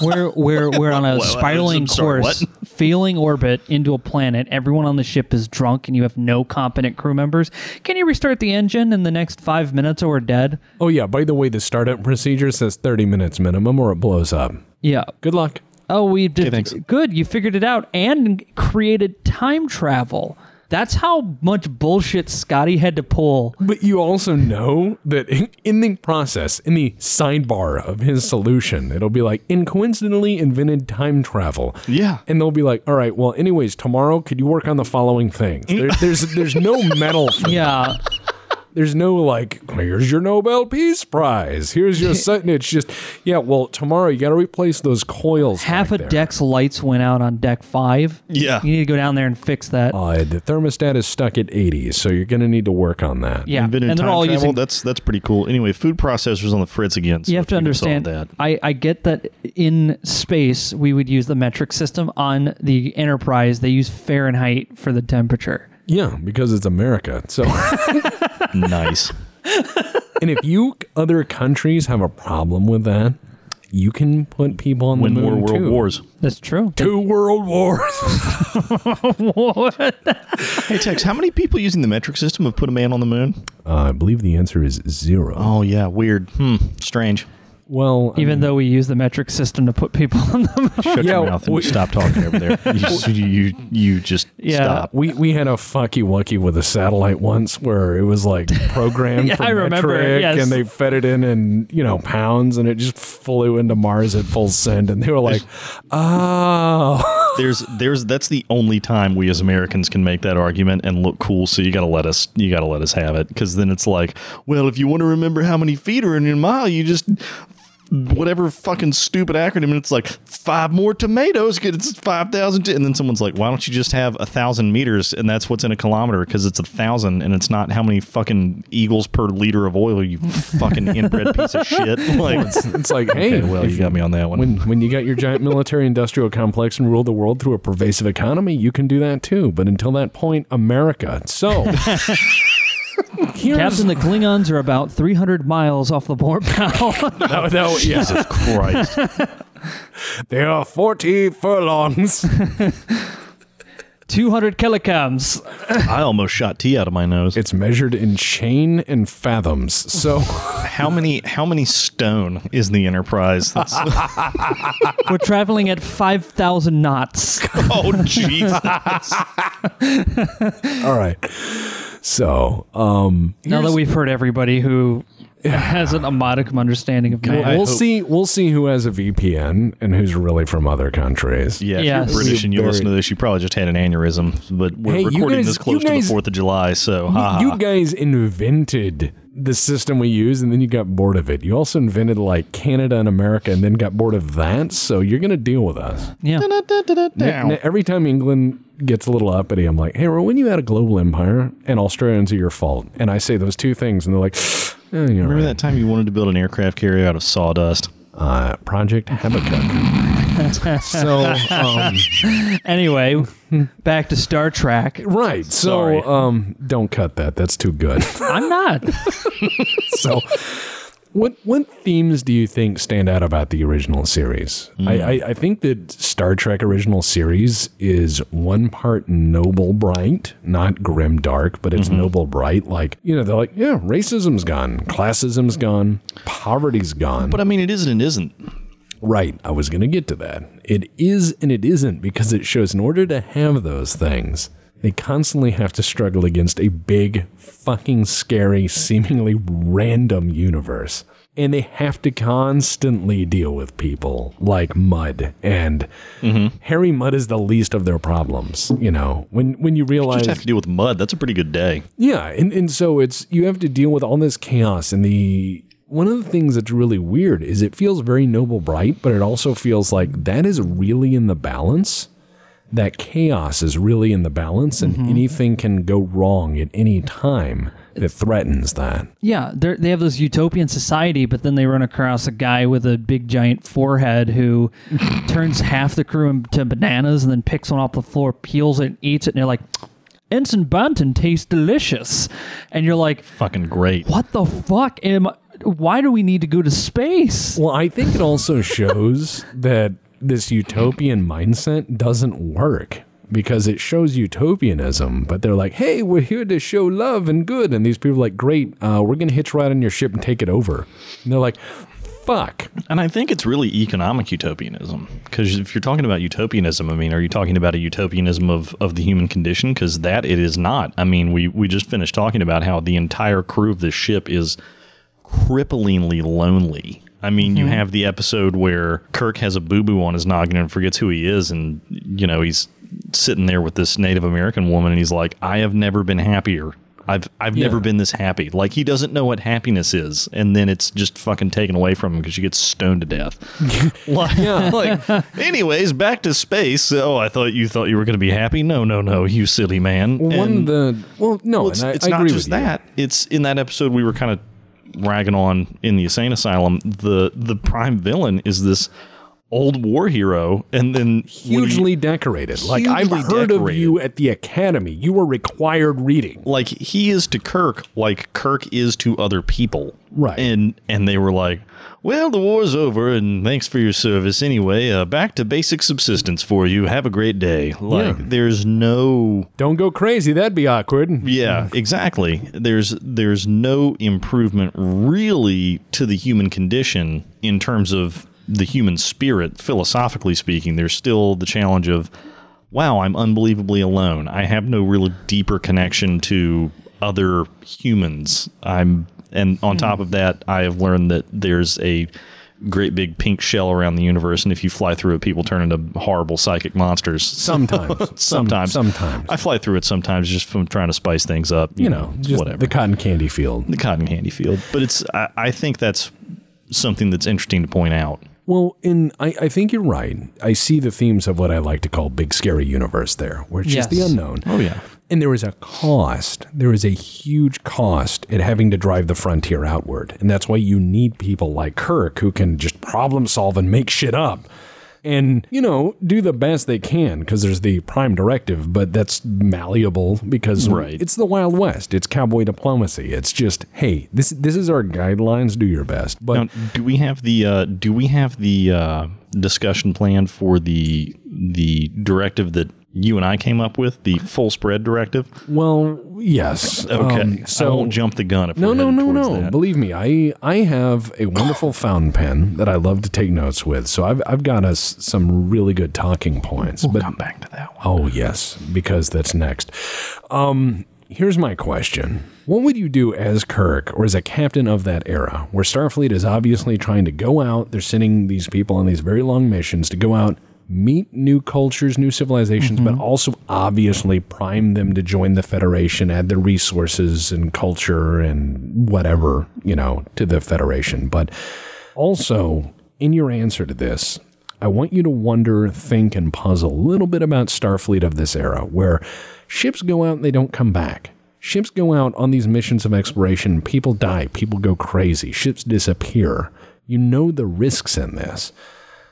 B: We're we're we're on a
C: Well,
B: spiraling
C: I'm sorry,
B: course, failing orbit into a planet. Everyone on the ship is drunk, and you have no competent crew members. Can you restart the engine in the next five minutes, or we're dead?
A: oh, yeah. By the way, the startup procedure says 30 minutes minimum or it blows up.
B: Yeah.
A: Good luck.
B: Oh, we did.
C: thanks.
B: Good, you figured it out and created time travel. That's how much bullshit Scotty had to pull.
A: But you also know that in- in the process, in the sidebar of his solution, it'll be like, and coincidentally invented time travel.
C: Yeah.
A: And they'll be like, all right, well, anyways, tomorrow, could you work on the following things? There, there's, there's no metal for
B: Yeah.
A: There's no like, here's your Nobel Peace Prize. Here's your sentence. It's just, yeah, well, tomorrow you got to replace those coils.
B: half
A: back
B: a
A: there.
B: deck's lights went out on deck five.
C: Yeah.
B: You need to go down there and fix that.
A: Uh, the thermostat is stuck at 80, so you're going to need to work on that.
B: yeah. And
C: Invented
B: they're
C: time
B: all
C: travel.
B: using.
C: that's that's pretty cool. Anyway, food processors on the fritz again. so
B: you have
C: if
B: to
C: can solve
B: understand.
C: that.
B: I, I get that in space we would use the metric system on the Enterprise. They use Fahrenheit for the temperature.
A: Yeah, because it's America. So,
C: nice.
A: and if you other countries have a problem with that, you can put people on
C: Win
A: the moon
C: more world
A: too.
C: wars.
B: That's true.
A: Two world wars.
C: Hey Tex, how many people using the metric system have put a man on the moon?
A: uh, I believe the answer is zero.
C: Oh yeah, weird. Hmm, strange.
A: Well, I
B: Even though we use the metric system to put people on the moon.
C: Shut
A: Yeah,
C: your mouth and
A: we-
C: stop talking over there. You just, you, you, you just
B: Yeah.
C: stop.
A: We we had a fucky wucky with a satellite once where it was like programmed
B: Yeah,
A: for
B: I remember,
A: metric
B: yes.
A: and they fed it in in you know pounds and it just flew into Mars at full send and they were like, oh,
C: There's there's that's the only time we as Americans can make that argument and look cool. So you gotta let us you gotta let us have it because then it's like, well, if you want to remember how many feet are in your mile, you just whatever fucking stupid acronym and it's like five more tomatoes because it's 5000 t-" and then someone's like why don't you just have a thousand meters and that's what's in a kilometer because it's a thousand and it's not how many fucking eagles per liter of oil you fucking inbred piece of shit like
A: it's like hey,
C: okay, well
A: if-
C: you got me on that one
A: When when you got your giant military industrial complex and rule the world through a pervasive economy, you can do that too. But until that point, America. So. Here's,
B: Captain, the Klingons are about 300 miles off the board now.
A: no, no, yeah.
C: jesus christ
A: They are 40 furlongs.
B: 200 kilograms.
C: I almost shot tea out of my nose.
A: It's measured in chain and fathoms. So
C: how many how many stone is the Enterprise? That's,
B: We're traveling at 5,000 knots.
C: oh Jesus!
A: All right. So, um,
B: now that we've heard everybody who hasn't a modicum understanding of
A: we'll,
B: math.
C: I
A: we'll
C: hope-
A: see. We'll see who has a VPN and who's really from other countries.
C: Yeah, if
B: Yes.
C: you're British and you
A: Very-
C: listen to this, you probably just had an aneurysm. But we're
A: Hey, you
C: recording
A: guys-
C: this close
A: you guys-
C: to the Fourth of July, so
A: You,
C: ha.
A: you guys invented the system we use, and then you got bored of it. You also invented like Canada and America, and then got bored of that. So you're gonna deal with us.
B: Yeah.
A: Now, every time England gets a little uppity, I'm like, hey, well, when you had a global empire, and Australians are your fault, and I say those two things, and they're like, "Eh, you're
C: Remember
A: right."
C: that time you wanted to build an aircraft carrier out of sawdust?
A: Uh, Project Habakkuk. so. Um,
B: Anyway,
C: Hmm.
B: back to Star Trek.
A: Right. So
B: Sorry.
A: um don't cut that. That's too good.
B: I'm not.
A: so what what themes do you think stand out about the original series? I, I, I think that Star Trek original series is one part noble bright, not grim dark, but it's noble bright. Like, you know, they're like, yeah, racism's gone, classism's gone, poverty's gone.
C: But I mean, it isn't and isn't.
A: Right. I was going to get to that. It is and it isn't because it shows in order to have those things, they constantly have to struggle against a big, fucking scary, seemingly random universe. And they have to constantly deal with people like Mud. And
C: Mm-hmm.
A: Harry Mudd is the least of their problems. You know, when, when you realize.
C: Just have to deal with mud. That's a pretty good day.
A: Yeah, and, and so it's you have to deal with all this chaos and the one of the things that's really weird is it feels very noble bright, but it also feels like that is really in the balance. That chaos is really in the balance and anything can go wrong at any time that threatens that.
B: Yeah, they're- they have this utopian society, but then they run across a guy with a big giant forehead who turns half the crew into bananas and then picks one off the floor, peels it, and eats it, and you're like, "Ensign Bunton tastes delicious," and you're like,
C: Fucking great.
B: "What the fuck am? I- Why do we need to go to space?"
A: Well, I think it also shows that this utopian mindset doesn't work because it shows utopianism, but they're like, hey, we're here to show love and good. And these people are like, great, uh, we're going to hitch right on your ship and take it over. And they're like, fuck.
C: And I think it's really economic utopianism because if you're talking about utopianism, I mean, are you talking about a utopianism of, of the human condition? Because that it is not. I mean, we, we just finished talking about how the entire crew of this ship is cripplingly lonely. I mean, you have the episode where Kirk has a boo boo on his noggin and forgets who he is, and you know he's sitting there with this Native American woman, and he's like, "I have never been happier. I've I've never been this happy." Like he doesn't know what happiness is, and then it's just fucking taken away from him because she gets stoned to death. like, like, anyways, back to space. Oh, I thought you thought you were going to be happy. No, no, no, you silly man.
A: One of
C: And-
A: the, well, no,
C: well, it's,
A: and I,
C: it's
A: I
C: not
A: agree
C: just
A: with you.
C: that. It's in that episode we were kind of ragging on in the insane asylum. The the prime villain is this old war hero, and then when he-
A: Hugely decorated. Like, I've
C: Hugely
A: heard of
C: decorated.
A: you at the academy. You were required reading.
C: like he is to Kirk, like Kirk is to other people,
A: Right.
C: And and they were like, "Well, the war's over, and thanks for your service anyway. Uh, back to basic subsistence for you. Have a great day." Like, there's no
A: Don't go crazy. That'd be awkward.
C: Yeah, exactly. There's there's no improvement really to the human condition in terms of the human spirit philosophically speaking. There's still the challenge of wow, I'm unbelievably alone. I have no real deeper connection to other humans. I'm and on top of that, I have learned that there's a great big pink shell around the universe and if you fly through it people turn into horrible psychic monsters.
A: Sometimes.
C: Sometimes,
A: Sometimes.
C: I fly through it sometimes just from trying to spice things up. You,
A: You
C: know,
A: know, just
C: whatever
A: the
C: the,
A: cotton candy field.
C: cotton candy field. But it's I, I think that's something that's interesting to point out.
A: Well, in I, I think you're right. I see the themes of what I like to call big scary universe there, where it's just the
B: Yes.
A: unknown.
C: Oh yeah,
A: And there is a cost. There is a huge cost at having to drive the frontier outward. And that's why you need people like Kirk who can just problem solve and make shit up. And, you know, do the best they can because there's the prime directive, but that's malleable because
C: Right.
A: it's the Wild West. It's cowboy diplomacy. It's just, hey, this this is our guidelines. Do your best. But
C: Now, do we have the uh, do we have the uh, discussion plan for the the directive that you and I came up with the full spread directive?
A: Well, yes.
C: Okay,
A: Um,
C: so I won't jump the gun. If
A: no,
C: we're
A: no,
C: headed
A: no,
C: towards
A: no.
C: that.
A: Believe me, I I have a wonderful fountain pen that I love to take notes with. So I've I've got us some really good talking points. but
C: Come back to that one.
A: oh yes, because that's next. Um, here's my question: What would you do as Kirk or as a captain of that era, where Starfleet is obviously trying to go out? They're sending these people on these very long missions to go out. meet new cultures, new civilizations, but also obviously prime them to join the Federation, add their resources and culture and whatever, you know, to the Federation. But also, in your answer to this, I want you to wonder, think, and puzzle a little bit about Starfleet of this era, where ships go out and they don't come back. Ships go out on these missions of exploration, people die, people go crazy, ships disappear. You know the risks in this.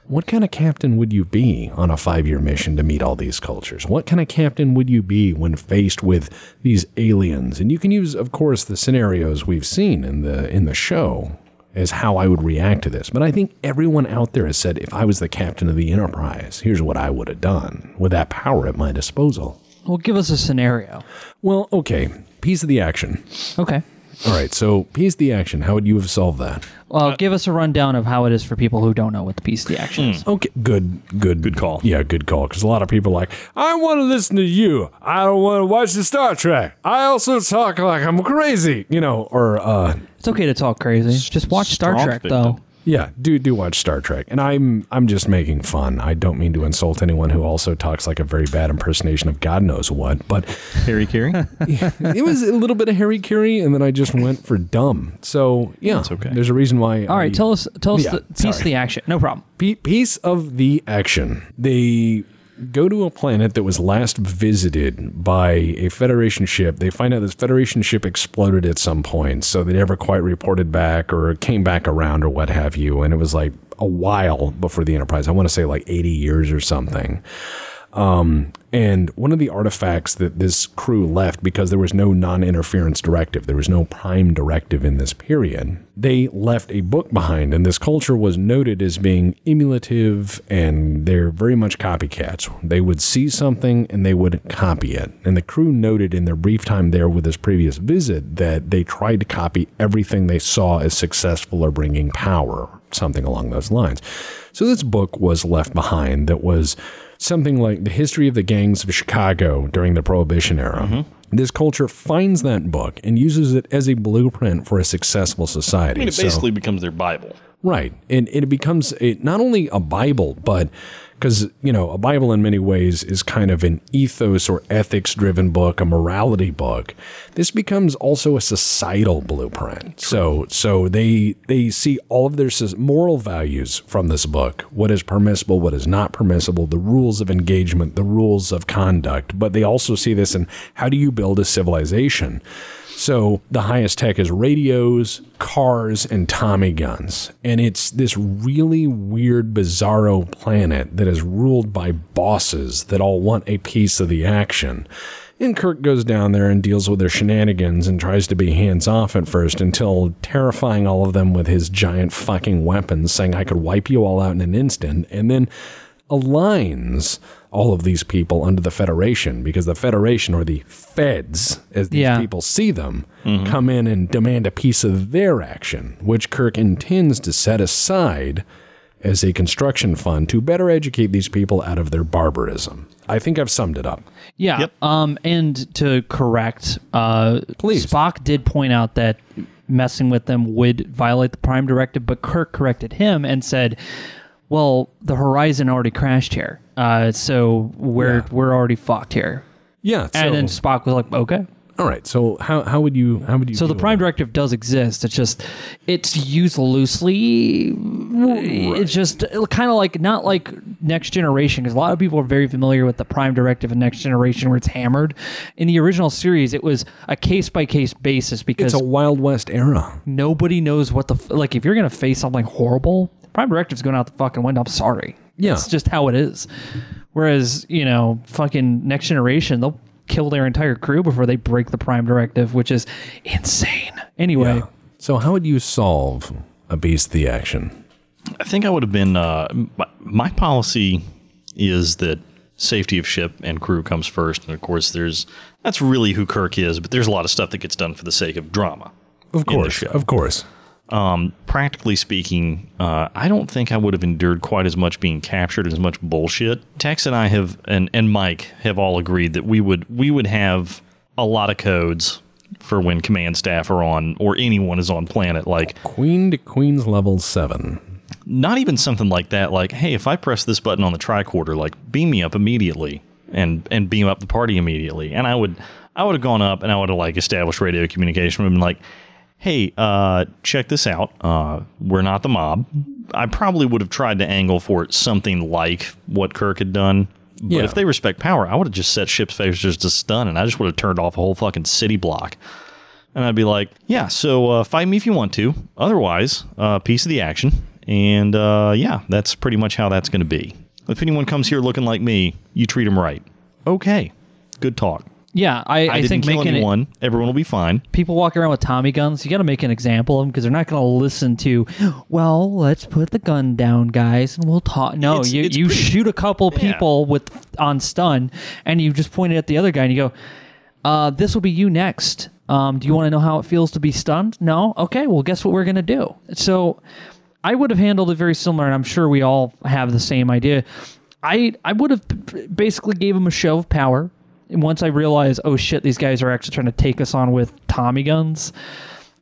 A: What kind of captain would you be on a five year mission to meet all these cultures? What kind of captain would you be when faced with these aliens? And you can use, of course, the scenarios we've seen in the in the show as how I would react to this. But I think everyone out there has said if I was the captain of the Enterprise, here's what I would have done with that power at my disposal.
B: Well, give us a scenario.
A: Well, okay. Piece of the action.
B: Okay.
A: All right, so piece of the action. How would you have solved that?
B: Well, give us a rundown of how it is for people who don't know what the PC action is.
A: Okay, good, good,
C: Good call.
A: Yeah, good call. Because a lot of people are like, I want to listen to you. I don't want to watch the Star Trek. I also talk like I'm crazy, you know, or uh,
B: It's okay to talk crazy. Just watch Star
C: strong
B: Trek,
C: victim.
B: though.
A: yeah, do do watch Star Trek. And I'm I'm just making fun. I don't mean to insult anyone who also talks like a very bad impersonation of God knows what, but
C: Harry Carey.
A: it was a little bit of Harry Curie, and then I just went for dumb. So yeah,
C: That's okay.
A: There's a reason why.
B: All right, tell us, tell us
A: Yeah,
B: the piece
A: sorry.
B: of the action. No problem.
A: P- piece of the action. They go to a planet that was last visited by a Federation ship. They find out this Federation ship exploded at some point, so they never quite reported back or came back around or what have you. And it was like a while before the Enterprise. I want to say like 80 years or something. Um, and one of the artifacts that this crew left because there was no non interference directive, there was no prime directive in this period, they left a book behind. And this culture was noted as being emulative and they're very much copycats. They would see something and they would copy it. And the crew noted in their brief time there with this previous visit that they tried to copy everything they saw as successful or bringing power, something along those lines. So this book was left behind that was something like the history of the gangs of Chicago during the Prohibition era.
C: Mm-hmm.
A: This culture finds that book and uses it as a blueprint for a successful society.
C: I mean, it
A: So-
C: basically becomes their Bible.
A: Right. And it becomes a, not only a Bible, but because, you know, a Bible in many ways is kind of an ethos or ethics driven book, a morality book. This becomes also a societal blueprint. So, so they, they see all of their sus- moral values from this book, what is permissible, what is not permissible, the rules of engagement, the rules of conduct, but they also see this in how do you build a civilization? So the highest tech is radios, cars, and Tommy guns. And it's this really weird, bizarro planet that is ruled by bosses that all want a piece of the action. And Kirk goes down there and deals with their shenanigans and tries to be hands off at first until terrifying all of them with his giant fucking weapons, saying, I could wipe you all out in an instant. And then aligns all of these people under the Federation because the Federation or the Feds, as these
B: Yeah.
A: people see them,
C: Mm-hmm.
A: come in and demand a piece of their action, which Kirk intends to set aside as a construction fund to better educate these people out of their barbarism. I think I've summed it up.
B: Yeah.
C: Yep.
B: Um, and to correct, uh,
A: Please.
B: Spock did point out that messing with them would violate the Prime Directive, but Kirk corrected him and said, "Well, the Horizon already crashed here, uh, so we're
A: Yeah.
B: we're already fucked here."
A: Yeah. So,
B: And then Spock was like, "Okay."
A: all right. So how, how would you how would you
B: So the
A: do
B: Prime
A: it?
B: Directive does exist. It's just it's used loosely. It's just kind of like not like Next Generation because a lot of people are very familiar with the Prime Directive and Next Generation where it's hammered. In the original series, it was a case by case basis because
A: It's a Wild West era.
B: nobody knows what the f- like. If you're gonna face something horrible, Prime Directive's going out the fucking window. I'm sorry.
A: Yeah.
B: it's just how it is. Whereas you know, fucking Next Generation, they'll kill their entire crew before they break the Prime Directive, which is insane. Anyway.
A: So how would you solve a beast the action?
C: I think I would have been. Uh, my, my policy is that safety of ship and crew comes first, and of course, there's that's really who Kirk is. But there's a lot of stuff that gets done for the sake of drama.
A: Of course.
C: show.
A: Of course.
C: Um, practically speaking, uh, I don't think I would have endured quite as much being captured and as much bullshit. Tex and I have, and and Mike have all agreed that we would we would have a lot of codes for when command staff are on or anyone is on planet. Like
A: Queen to Queen's level seven.
C: not even something like that like hey if i press this button on the tricorder like beam me up immediately and and beam up the party immediately and i would i would have gone up and i would have like established radio communication and been like hey uh check this out uh we're not the mob i probably would have tried to angle for it something like what kirk had done but
A: Yeah.
C: if they respect power i would have just set ship's phasers to stun and i just would have turned off a whole fucking city block and I'd be like, yeah, so uh, fight me if you want to. Otherwise, uh, piece of the action. And uh, yeah, that's pretty much how that's going to be. If anyone comes here looking like me, you treat them right. Okay. Good talk.
B: Yeah, I, I,
C: I, didn't
B: think
C: kill
B: making it,
C: anyone. Everyone will be fine.
B: people walk around with Tommy guns. You got to make an example of them because they're not going to listen to. Well, let's put the gun down, guys, and we'll talk. No,
C: It's-
B: you
C: it's
B: you
C: pretty-
B: shoot a couple
C: Yeah.
B: people with on stun, and you just point it at the other guy, and you go, uh, "This will be you next." Um, do you want to know how it feels to be stunned? No. Okay. Well, guess what we're going to do. So, I would have handled it very similar, and I'm sure we all have the same idea. I I would have basically gave him a show of power. And once I realized, oh shit, these guys are actually trying to take us on with Tommy guns.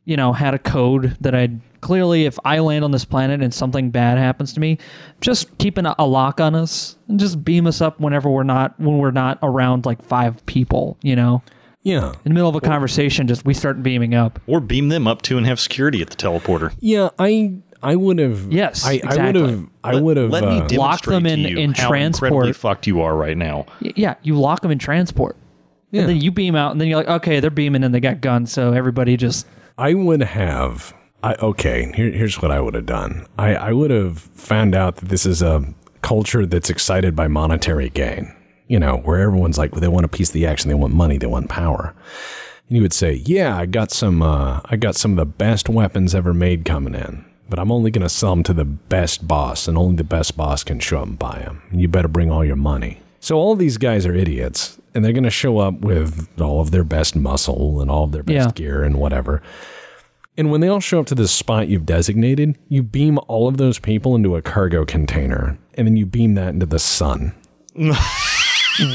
B: You know, had a code that I'd clearly, if I land on this planet and something bad happens to me, just keeping a, a lock on us and just beam us up whenever we're not when we're not around like five people. You know,
A: Yeah.
B: in the middle of a conversation, just we start beaming up.
C: Or beam them up to and have security at the teleporter.
A: Yeah, I I would have
B: Yes,
A: I, I would
B: exactly.
A: have I
C: Let-
A: would have
C: Let
A: uh,
C: me
B: Lock
C: demonstrate
B: them
C: to
B: in-
C: you
B: in
C: how incredibly
B: transport.
C: fuckly you are right now.
B: Y- yeah, you lock them in transport.
A: Yeah.
B: And then you beam out, and then you're like, okay, they're beaming and they got guns, so everybody just.
A: I would have. I okay. Here, here's what I would have done. I, I would have found out that this is a culture that's excited by monetary gain. You know, where everyone's like, they want a piece of the action, they want money, they want power. And you would say, "Yeah, I got some. Uh, I got some of the best weapons ever made coming in, but I'm only going to sell them to the best boss, and only the best boss can show them buy them. And you better bring all your money." So all these guys are idiots, and they're going to show up with all of their best muscle and all of their best
B: Yeah.
A: gear and whatever. And when they all show up to this spot you've designated, you beam all of those people into a cargo container, and then you beam that into the sun.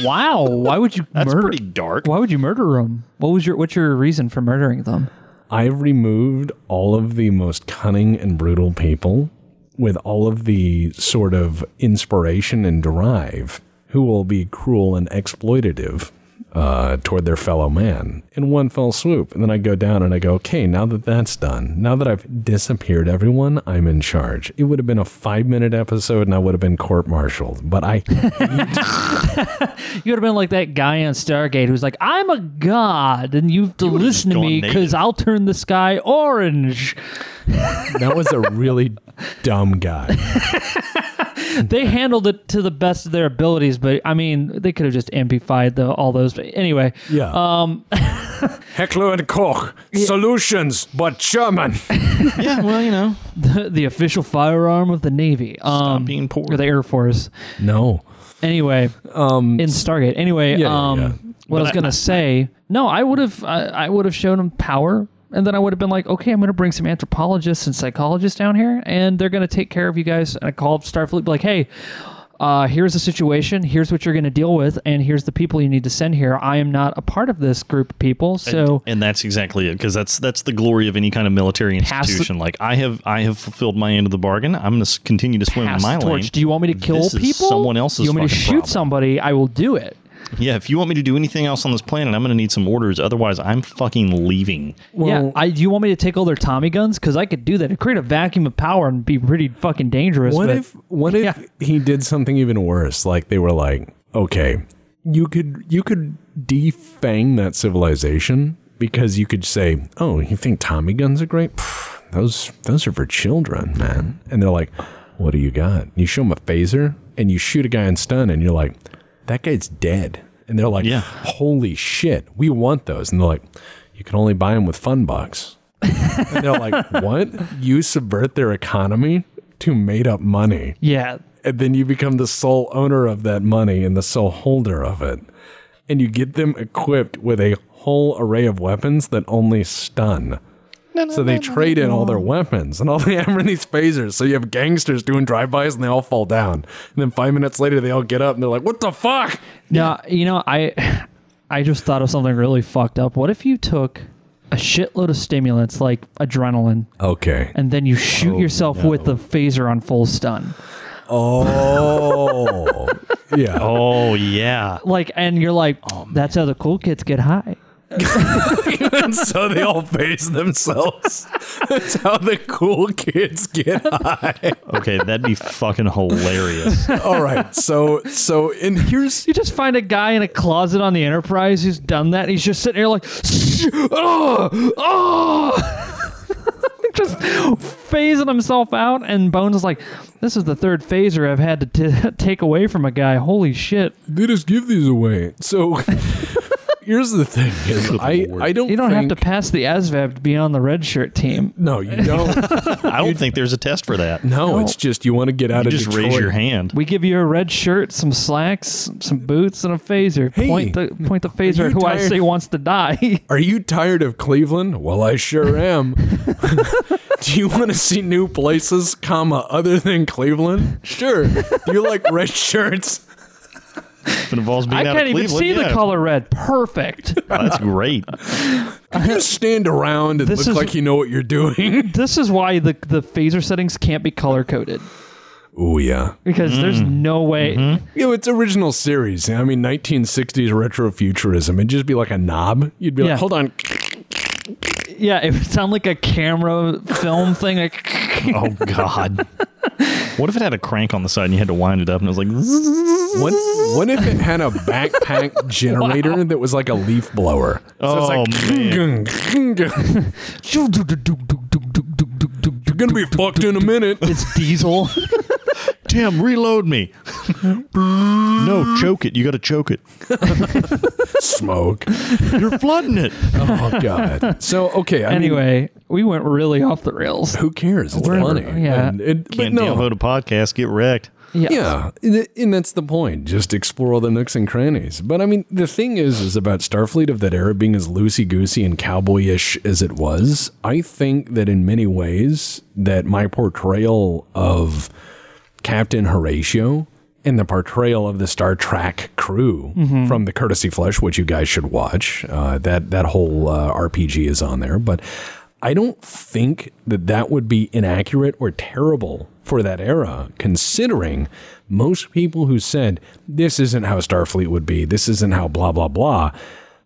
B: Wow, why would you
C: That's
B: murder?
C: pretty dark.
B: Why would you murder them? What was your what's your reason for murdering them?
A: I've removed all of the most cunning and brutal people with all of the sort of inspiration and drive who will be cruel and exploitative uh, toward their fellow man in one fell swoop. And then I go down and I go, okay, now that that's done, now that I've disappeared everyone, I'm in charge. It would have been a five minute episode and I would have been court martialed, but I
B: You would have been like that guy on Stargate who's like, "I'm a god, and you have to
C: would've
B: listen to
C: gone
B: me
C: native.
B: because I'll turn the sky orange."
A: that was a really dumb guy.
B: they handled it to the best of their abilities, but I mean, they could have just amplified the, all those. But anyway,
A: Yeah. Um, Heckler and Koch solutions, but German.
C: yeah, well, you know.
B: the, the official firearm of the Navy, um,
C: being poor.
B: or the Air Force.
A: No.
B: Anyway, in Stargate. Anyway,
A: Um, yeah,
B: um,
A: yeah.
B: what I was gonna say? No, I would have. I, I would have shown him power, and then I would have been like, okay, I'm gonna bring some anthropologists and psychologists down here, and they're gonna take care of you guys. And I call up Starfleet, be like, hey. Uh, here's the situation. Here's what you're going to deal with, and here's the people you need to send here. I am not a part of this group of people, so
C: and that's exactly it because that's that's the glory of any kind of military
B: Pass the-
C: institution like i have i have fulfilled my end of the bargain i'm going to continue to swim in
B: pass
C: my
B: the torch.
C: lane
B: Do you want me to kill
C: This is
B: people?
C: someone else's
B: You want me to
C: fucking
B: shoot
C: problem.
B: somebody? I will do it.
C: yeah if you want me to do anything else on this planet i'm going to need some orders otherwise i'm fucking leaving
B: yeah, I, do you want me to take all their Tommy guns? Because I could do that. It create a vacuum of power and be pretty fucking dangerous.
A: What
B: but-
A: if what if he did something even worse? Like they were like, okay, you could you could defang that civilization because you could say, oh, you think Tommy guns are great? Pff, those those are for children, man. And they're like, what do you got? You show them a phaser and you shoot a guy in stun, and you're like, that guy's dead. And they're like,
C: Yeah.
A: holy shit, we want those. And they're like, you can only buy them with fun bucks. And they're like, what? You subvert their economy to made up money.
B: Yeah,
A: And then you become the sole owner of that money and the sole holder of it. And you get them equipped with a whole array of weapons that only stun. so they trade in all their weapons and all they have are these phasers. So you have gangsters doing drive-bys and they all fall down. And then five minutes later, they all get up and they're like, what the fuck?
B: No, you know, I I just thought of something really fucked up. What if you took a shitload of stimulants like adrenaline,
A: Okay.
B: and then you shoot yourself with the phaser on full stun.
A: Oh. yeah.
C: Oh yeah.
B: Like, and you're like,
A: Oh,
B: that's how the cool kids get high.
A: and so they all face themselves. That's how the cool kids get high.
C: Okay, that'd be fucking hilarious.
A: All right. So so and here's
B: You just find a guy in a closet on the Enterprise who's done that. And he's just sitting there like, oh, oh. just phasing himself out. And Bones is like, this is the third phaser I've had to t- take away from a guy. Holy shit.
A: they just give these away. So here's the thing is I, I don't
B: You don't have
A: think-
B: to pass the ASVAB to be on the red shirt team.
A: No, you don't.
C: I don't think there's a test for that.
A: No, it's just you want to get out
C: You
A: of
C: just
A: Detroit.
C: raise your hand.
B: We give you a red shirt, some slacks, some boots, and a phaser.
A: Hey,
B: point the point the phaser
A: you
B: at who I
A: tired?
B: say wants to die.
A: Are you tired of Cleveland? Well, I sure am. Do you want to see new places, comma, other than Cleveland? Sure. Do you like red shirts?
C: If it involves being
B: I
C: out
B: can't
C: of
B: even
C: Cleveland,
B: see the
C: yeah.
B: color red. Perfect.
C: Wow, that's great.
A: You stand around and
B: This
A: look
B: is-
A: like you know what you're doing.
B: this is why the the phaser settings can't be color coded
A: Oh yeah.
B: because there's
C: Mm.
B: no way.
C: Mm-hmm.
A: You know, it's original series. I mean, 1960s retrofuturism. It'd just be like a knob. You'd be
B: Yeah.
A: like, hold on.
B: Yeah, it would sound like a camera film thing. Like,
C: Oh God. What if it had a crank on the side and you had to wind it up and it was like "Zzz."
A: What, what if it had a backpack generator that was like a leaf blower?
C: Oh, man.
A: You're gonna be fucked in a minute.
B: it's diesel.
C: Tim, reload me. no, choke it. You gotta choke it.
A: Smoke.
C: You're flooding it.
A: Oh god. So okay. I mean,
B: anyway, we went really off the rails.
A: who cares? It's
B: Whatever.
A: funny.
B: Yeah.
A: And it- but
C: Can't
A: no.
C: download a podcast, get wrecked.
B: Yeah.
A: Yeah, and and that's the point. Just explore all the nooks and crannies. But I mean, the thing is, is about Starfleet of that era being as loosey goosey and cowboyish as it was. I think that in many ways, that my portrayal of Captain Horatio and the portrayal of the Star Trek crew from the Courtesy Flesh, which you guys should watch. Uh, that that whole uh, RPG is on there, but I don't think that that would be inaccurate or terrible for that era, considering most people who said this isn't how Starfleet would be, this isn't how blah blah blah.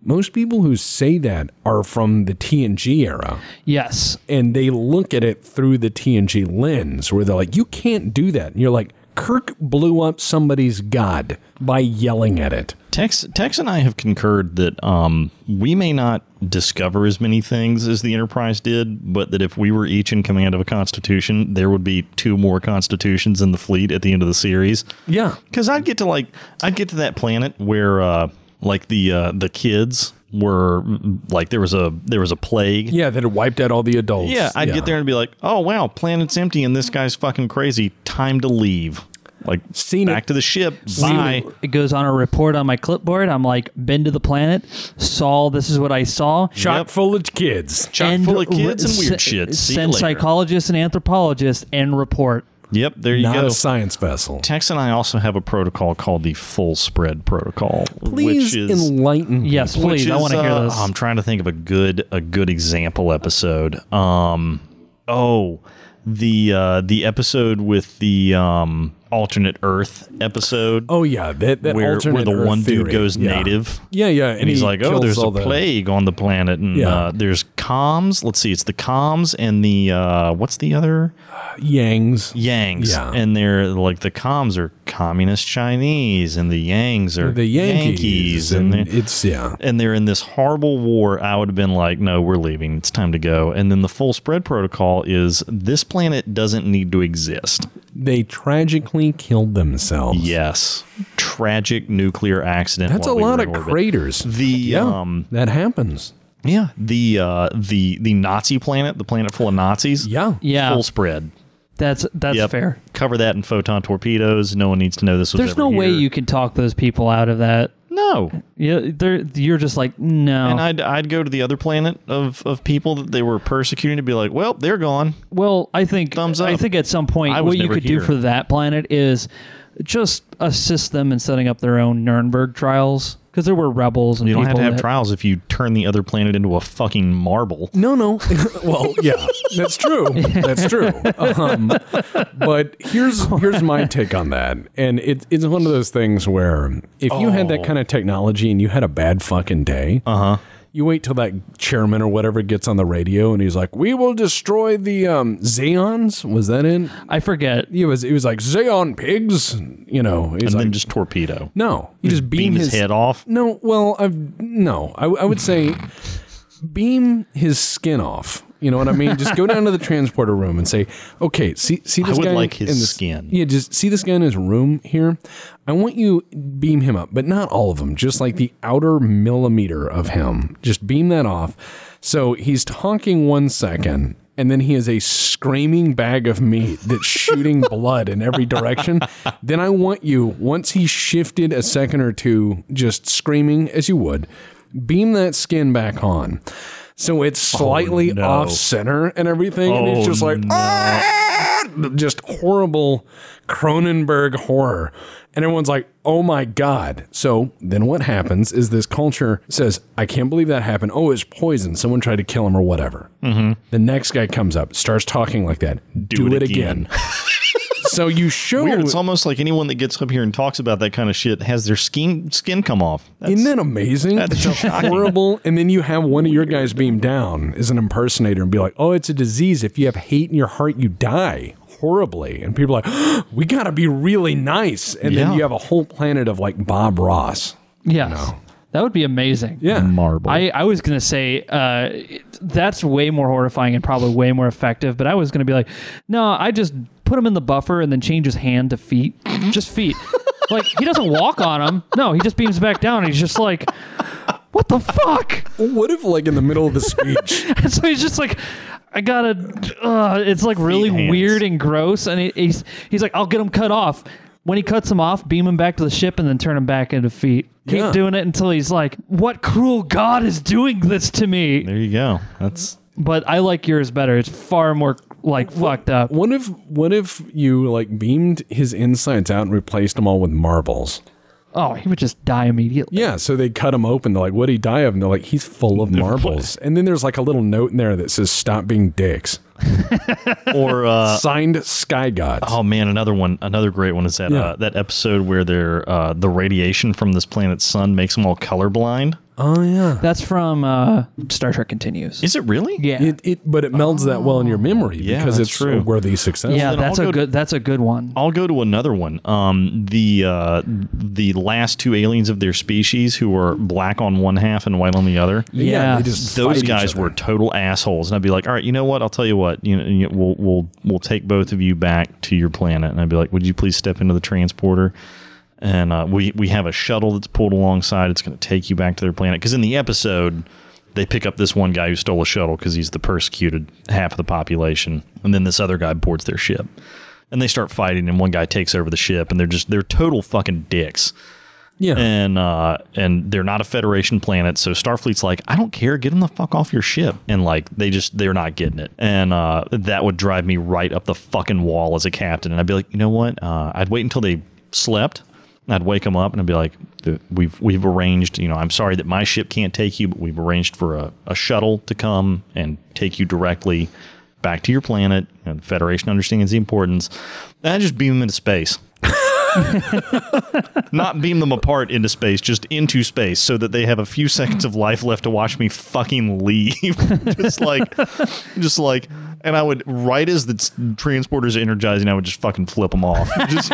A: Most people who say that are from the TNG era
B: Yes.
A: and they look at it through the TNG lens where they're like, you can't do that. And you're like, Kirk blew up somebody's god by yelling at it.
C: Tex, Tex and I have concurred that um, we may not discover as many things as the Enterprise did, but that if we were each in command of a Constitution, there would be two more Constitutions in the fleet at the end of the series.
A: Yeah.
C: Because I'd get to like I'd get to that planet where uh, like the uh, the kids were like there was a there was a plague.
A: Yeah, that it wiped out all the adults.
C: Yeah, I'd get there and be like, oh wow, planet's empty and this guy's fucking crazy. Time to leave. Like
A: Seen
C: back
A: it.
C: to the ship.
A: it.
C: Bye.
B: It goes on a report on my clipboard. I'm like, been to the planet, saw this is what I saw.
A: Chock
C: Yep.
A: full of kids.
C: Chock
B: End
C: full of
B: re-
C: kids and weird
B: se-
C: shit. See you
B: Send
C: later.
B: psychologists and anthropologists and report.
C: Yep, there you
A: Not
C: go.
A: a science vessel.
C: Tex and I also have a protocol called the full spread protocol,
A: Please
C: which is Mm-hmm.
A: enlighten.
B: Yes,
C: which
B: please. I
C: is,
B: want to hear
C: uh,
B: this.
C: I'm trying to think of a good a good example episode. Um, oh, the uh, the episode with the um, alternate Earth episode.
A: Oh yeah, that, that
C: where, where
A: alternate
C: the
A: Earth
C: one dude
A: theory.
C: goes
A: Yeah.
C: native.
A: Yeah, yeah,
C: And, he's
A: he
C: like, oh,
A: kills
C: there's a
A: all the-
C: plague on the planet, and
A: Yeah.
C: uh, there's comms. Let's see, it's the comms and the uh, what's the other
A: Yangs.
C: Yangs,
A: Yeah.
C: and they're like the comms are communist Chinese, and the Yangs are
A: The Yankees,
C: and,
A: and
C: they're,
A: it's yeah.
C: and they're in this horrible war. I would have been like, no, we're leaving. It's time to go. And then the full spread protocol is this planet doesn't need to exist.
A: They tragically killed themselves.
C: Yes, tragic nuclear accident.
A: That's a
C: while we
A: lot
C: were
A: of
C: in orbit.
A: craters.
C: The
A: yeah,
C: um,
A: that happens.
C: yeah, the uh, the the Nazi planet, the planet full of Nazis.
A: Yeah.
B: yeah.
C: full spread.
B: That's that's
C: Yep.
B: fair.
C: Cover that in photon torpedoes. No one needs to know this was.
B: There's
C: ever
B: no way
C: here.
B: you can talk those people out of that.
C: No,
B: Yeah, they're, you're just like no.
C: And I'd I'd go to the other planet of, of people that they were persecuting to be like, well, they're gone.
B: well, I think
C: Thumbs
B: I
C: up.
B: think at some point
C: I was
B: what you
C: never
B: could
C: here.
B: do for that planet is just assist them in setting up their own Nuremberg trials. because there were rebels and
C: You don't have
B: people
C: to have
B: that-
C: trials if you turn the other planet into a fucking marble.
A: No, no. well, yeah, that's true. That's true. Um, but here's here's my take on that, and it, it's one of those things where if you had
C: Oh.
A: that kind of technology and you had a bad fucking day,
C: Uh-huh.
A: uh huh. You wait till that chairman or whatever gets on the radio and he's like, "We will destroy the um, Zeons." Was that in?
B: I forget.
A: He was. He was like Zeon pigs. You know. He's
C: And
A: like,
C: then just torpedo.
A: no, you just beam,
C: Beam his, head off.
A: no, well, I've no. I, I would say beam his skin off. You know what I mean? Just go down to the transporter room and say, "Okay, see, see this
C: would
A: guy
C: like his
A: in this,
C: skin.
A: Yeah, just see this guy in his room here. I want you beam him up, but not all of him. Just like the outer millimeter of him. Just beam that off. So he's talking one second." And then he is a screaming bag of meat that's shooting blood in every direction. Then I want you, once he shifted a second or two, just screaming as you would, beam that skin back on. So it's slightly
C: no.
A: off center and everything. and it's
C: Oh,
A: just like, "Ah!" just horrible Cronenberg horror. And everyone's like, oh my God. So then what happens is this culture says, I can't believe that happened. Oh, it's poison. Someone tried to kill him or whatever. The next guy comes up, starts talking like that. Do,
C: Mm-hmm. it
A: it, again. so you show
C: Weird. It's almost like anyone that gets up here and talks about that kind of shit has their skin skin come off. That's,
A: Isn't that amazing?
C: That's
A: It's horrible. And then you have one of your guys beam down as an impersonator and be like, oh, it's a disease. If you have hate in your heart, you die horribly. And people are like, we got to be really nice. And then
C: Yeah.
A: you have a whole planet of like Bob Ross.
B: Yes. That would be amazing.
A: Yeah.
C: marble.
B: I, I was gonna say uh, it- that's way more horrifying and probably way more effective. But I was gonna be like, no, I just put him in the buffer and then change his hand to feet, just feet. like he doesn't walk on him. No, he just beams back down. And he's just like, what the fuck?
A: Well,
C: Mm.
A: what if like in the middle of the speech?
B: And so he's just like, I gotta. Uh, it's like really
C: hands.
B: weird and gross. And he, he's he's like, I'll get him cut off. When he cuts him off, beam him back to the ship and then turn him back into feet. Keep
A: Yeah.
B: doing it until he's like, "What cruel god is doing this to me?"
C: there you go. That's
B: But I like yours better. It's far more like fucked up.
A: what if what if you like beamed his insides out and replaced them all with marbles?
B: Oh, he would just die immediately.
A: Yeah, so they cut him open. They're like, "What'd he die of?" And they're like, "He's full of marbles." And then there's like a little note in there that says, "Stop being dicks."
C: or uh,
A: Signed, Sky Gods.
C: oh man, another one, another great one is that uh, that episode where they're uh, the radiation from this planet's sun makes them all colorblind.
A: Oh yeah.
B: That's from uh, Star Trek Continues.
C: Is it really?
B: yeah,
A: It, it but it melds that well in your memory
C: Yeah,
A: because
C: that's
A: it's
C: true.
A: true. worthy success.
B: yeah.
C: then
B: That's
C: I'll
B: a
C: go-
B: good. That's a good one.
C: I'll go to another one. Um, the uh, the last two aliens of their species who are black on one half and white on the other.
A: Yeah,
B: Yeah.
A: they just
C: those
A: fight each
C: guys
A: other.
C: were total assholes, and I'd be like, "All right, you know what? I'll tell you what. You know, you- we'll we'll we'll take both of you back to your planet." And I'd be like, "Would you please step into the transporter?" And uh, we we have a shuttle that's pulled alongside. It's going to take you back to their planet. Because in the episode, they pick up this one guy who stole a shuttle because he's the persecuted half of the population, and then this other guy boards their ship, and they start fighting, and one guy takes over the ship, and they're just they're total fucking dicks
A: Yeah.
C: and uh, and they're not a Federation planet, so Starfleet's like, I don't care, get them the fuck off your ship, and like they just they're not getting it, and uh, that would drive me right up the fucking wall as a captain, and I'd be like, you know what? Uh, I'd wait until they slept, and I'd wake them up, and I'd be like, "Th- we've we've arranged, you know, I'm sorry that my ship can't take you, but we've arranged for a, a shuttle to come and take you directly back to your planet, and the Federation understands the importance, and I just beam them into space not beam them apart into space, just into space, so that they have a few seconds of life left to watch me fucking leave. just like, just like, and I would right as the transporters energizing, I would just fucking flip them off, just,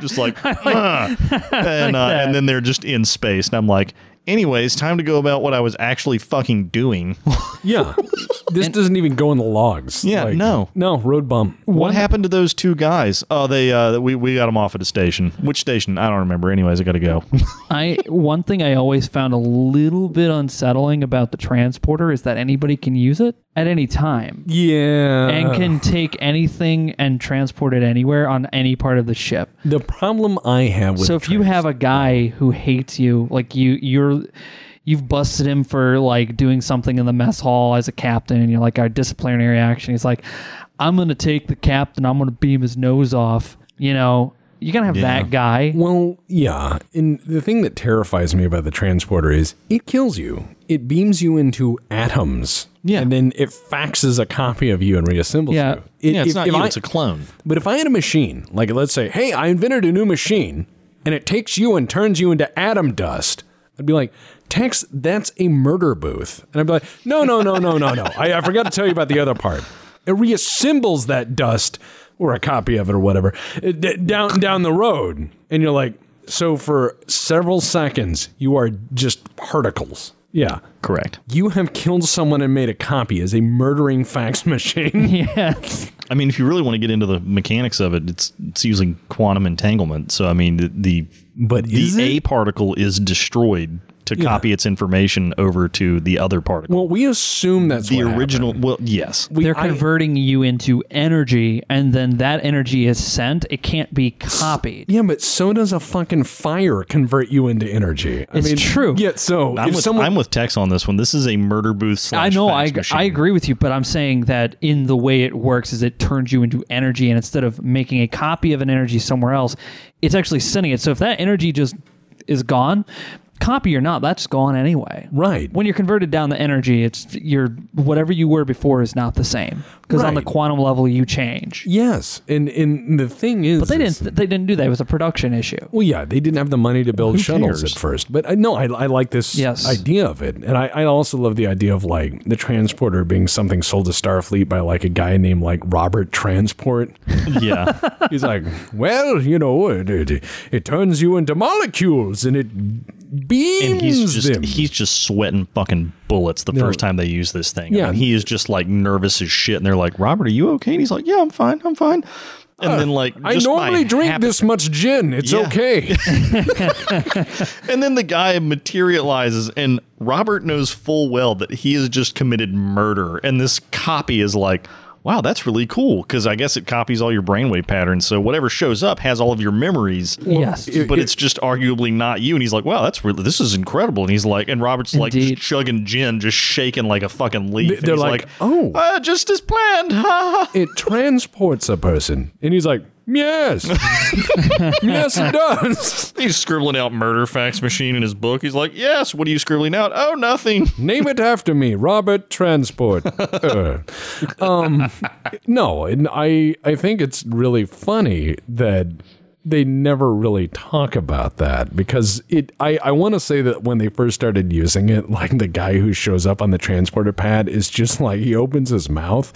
C: just like, "Ugh." and uh, and then they're just in space, and I'm like. Anyways, time to go about what I was actually fucking doing.
A: yeah. This doesn't even go in the logs.
C: Yeah, no.
A: No, road bump.
C: What happened to those two guys? Oh, they uh, we we got them off at a station. Which station? I don't remember. Anyways, I got to go.
B: I one thing I always found a little bit unsettling about the transporter is that anybody can use it at any time
A: Yeah.
B: and can take anything and transport it anywhere on any part of the ship.
A: the problem I have with
B: so if you have a guy who hates you, like you you're you've busted him for like doing something in the mess hall as a captain and you're like our disciplinary action, he's like I'm going to take the captain, I'm going to beam his nose off, you know. You gotta have
C: Yeah.
B: that guy.
A: Well, yeah. And the thing that terrifies me about the transporter is it kills you. It beams you into atoms.
C: Yeah.
A: And then it faxes a copy of you and reassembles
B: Yeah.
A: you. It-
C: yeah, it's
A: if-
C: not
A: if
C: you,
A: I-
C: it's a clone.
A: But if I had a machine, like let's say, hey, I invented a new machine and it takes you and turns you into atom dust, I'd be like, Tex, that's a murder booth. And I'd be like, no, no, no, no, no, no. I, I forgot to tell you about the other part. It reassembles that dust or a copy of it or whatever uh, d- down down the road. And you're like, so for several seconds, you are just particles. Yeah.
C: Correct.
A: You have killed someone and made a copy as a murdering fax machine.
B: Yeah.
C: I mean, if you really want to get into the mechanics of it, it's it's using quantum entanglement. So I mean, the the,
A: But is
C: the
A: it?
C: A particle is destroyed to copy its information over to the other particle.
A: Well, we assume that's
C: the
A: what happened.
C: original, well, yes,
A: We-
B: They're
A: I-
B: converting you into energy, and then that energy is sent. It can't be copied.
A: yeah, but so does a fucking fire convert you into energy. I
B: It's
A: mean,
B: true.
A: Yeah, so
C: I'm
A: if
C: with,
A: someone
C: I'm with Tex on this one. This is a murder booth.
B: I
C: Slash
B: know. I,
C: fax machine.
B: I agree with you, but I'm saying that in the way it works is it turns you into energy, and instead of making a copy of an energy somewhere else, it's actually sending it. So if that energy just is gone, copy or not, that's gone anyway.
A: right,
B: When you're converted down the energy, it's your whatever you were before is not the same because on the
A: Right.
B: quantum level you change.
A: yes, and and the thing is,
B: But they didn't. They didn't do that. It was a production issue.
A: Well, yeah, they didn't have the money to build shuttles
C: cares?
A: at first. But I no, I, I like this
B: Yes.
A: idea of it, and I, I also love the idea of like the transporter being something sold to Starfleet by like a guy named like Robert Transport.
C: Yeah,
A: He's like, well, you know, it, it, it turns you into molecules and it beams
C: and he's just
A: them.
C: he's just sweating fucking bullets the first time they use this thing.
A: Yeah.
C: Yeah, he is just like nervous as shit. And they're like, "Robert, are you okay?" And he's like, "Yeah, I'm fine. I'm fine." And then like,
A: Uh, I
C: just by
A: normally drink
C: hap-
A: this much gin. It's
C: Yeah.
A: okay.
C: And then the guy materializes, and Robert knows full well that he has just committed murder. And this copy is like, wow, that's really cool. Because I guess it copies all your brainwave patterns. So whatever shows up has all of your memories.
B: yes.
A: it-
C: But it's just arguably not you. And he's like, wow, that's really, this is incredible. And he's like, and Robert's like
B: Indeed.
C: just chugging gin, just shaking like a fucking leaf. And
A: they're
C: he's
A: like, "Oh."
C: uh, just as planned. Ha, ha, ha."
A: it transports a person. And he's like, yes. yes, it does.
C: he's scribbling out murder fax machine in his book. He's like, yes, what are you scribbling out? Oh, nothing.
A: Name it after me, Robert Transport. Uh, um, no, and I, I think it's really funny that they never really talk about that because it I, I want to say that when they first started using it, like the guy who shows up on the transporter pad is just like he opens his mouth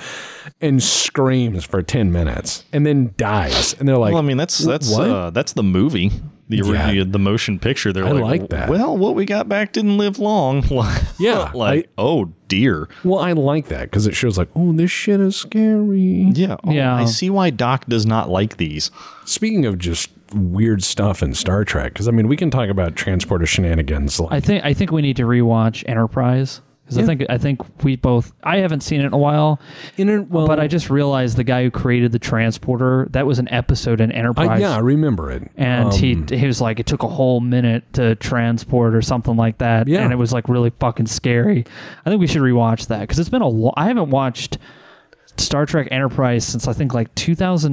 A: and screams for 10 minutes and then dies. And they're like,
C: Well, I mean, that's that's
A: what?
C: uh, that's the movie, the
A: Yeah.
C: original, the motion picture. They're
A: I
C: like,
A: like that.
C: Well, what we got back didn't live long.
A: Yeah,
C: like oh dear.
A: Well, I like that because it shows like, oh, this shit is scary.
C: Yeah, oh,
B: Yeah.
C: I see why Doc does not like these.
A: Speaking of just weird stuff in Star Trek, because I mean, we can talk about transporter shenanigans. Like,
B: I think I think we need to rewatch Enterprise because I think I think we both I haven't seen it in a while, but
A: Um,
B: I just realized the guy who created the transporter that was an episode in Enterprise.
A: I- Uh, yeah, Um, I remember it.
B: And he he was like it took a whole minute to transport or something like that,
A: Yeah.
B: and it was like really fucking scary. I think we should rewatch that because it's been a lo- I haven't watched Star Trek Enterprise since I think like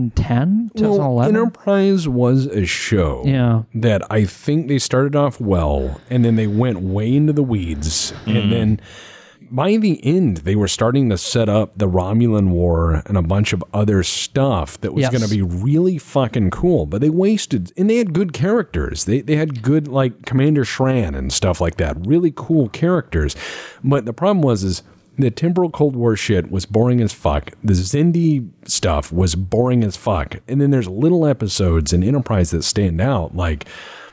B: 2010, 2011.
A: Enterprise was a show
B: Yeah.
A: that I think they started off well, and then they went way into the weeds,
B: Mm.
A: and then by the end they were starting to set up the Romulan War and a bunch of other stuff that was
B: Yes.
A: going to be really fucking cool. But they wasted, and they had good characters. They they had good like Commander Shran and stuff like that. Really cool characters, but the problem was is. The temporal Cold War shit was boring as fuck. The Zindi stuff was boring as fuck. And then there's little episodes in Enterprise that stand out, like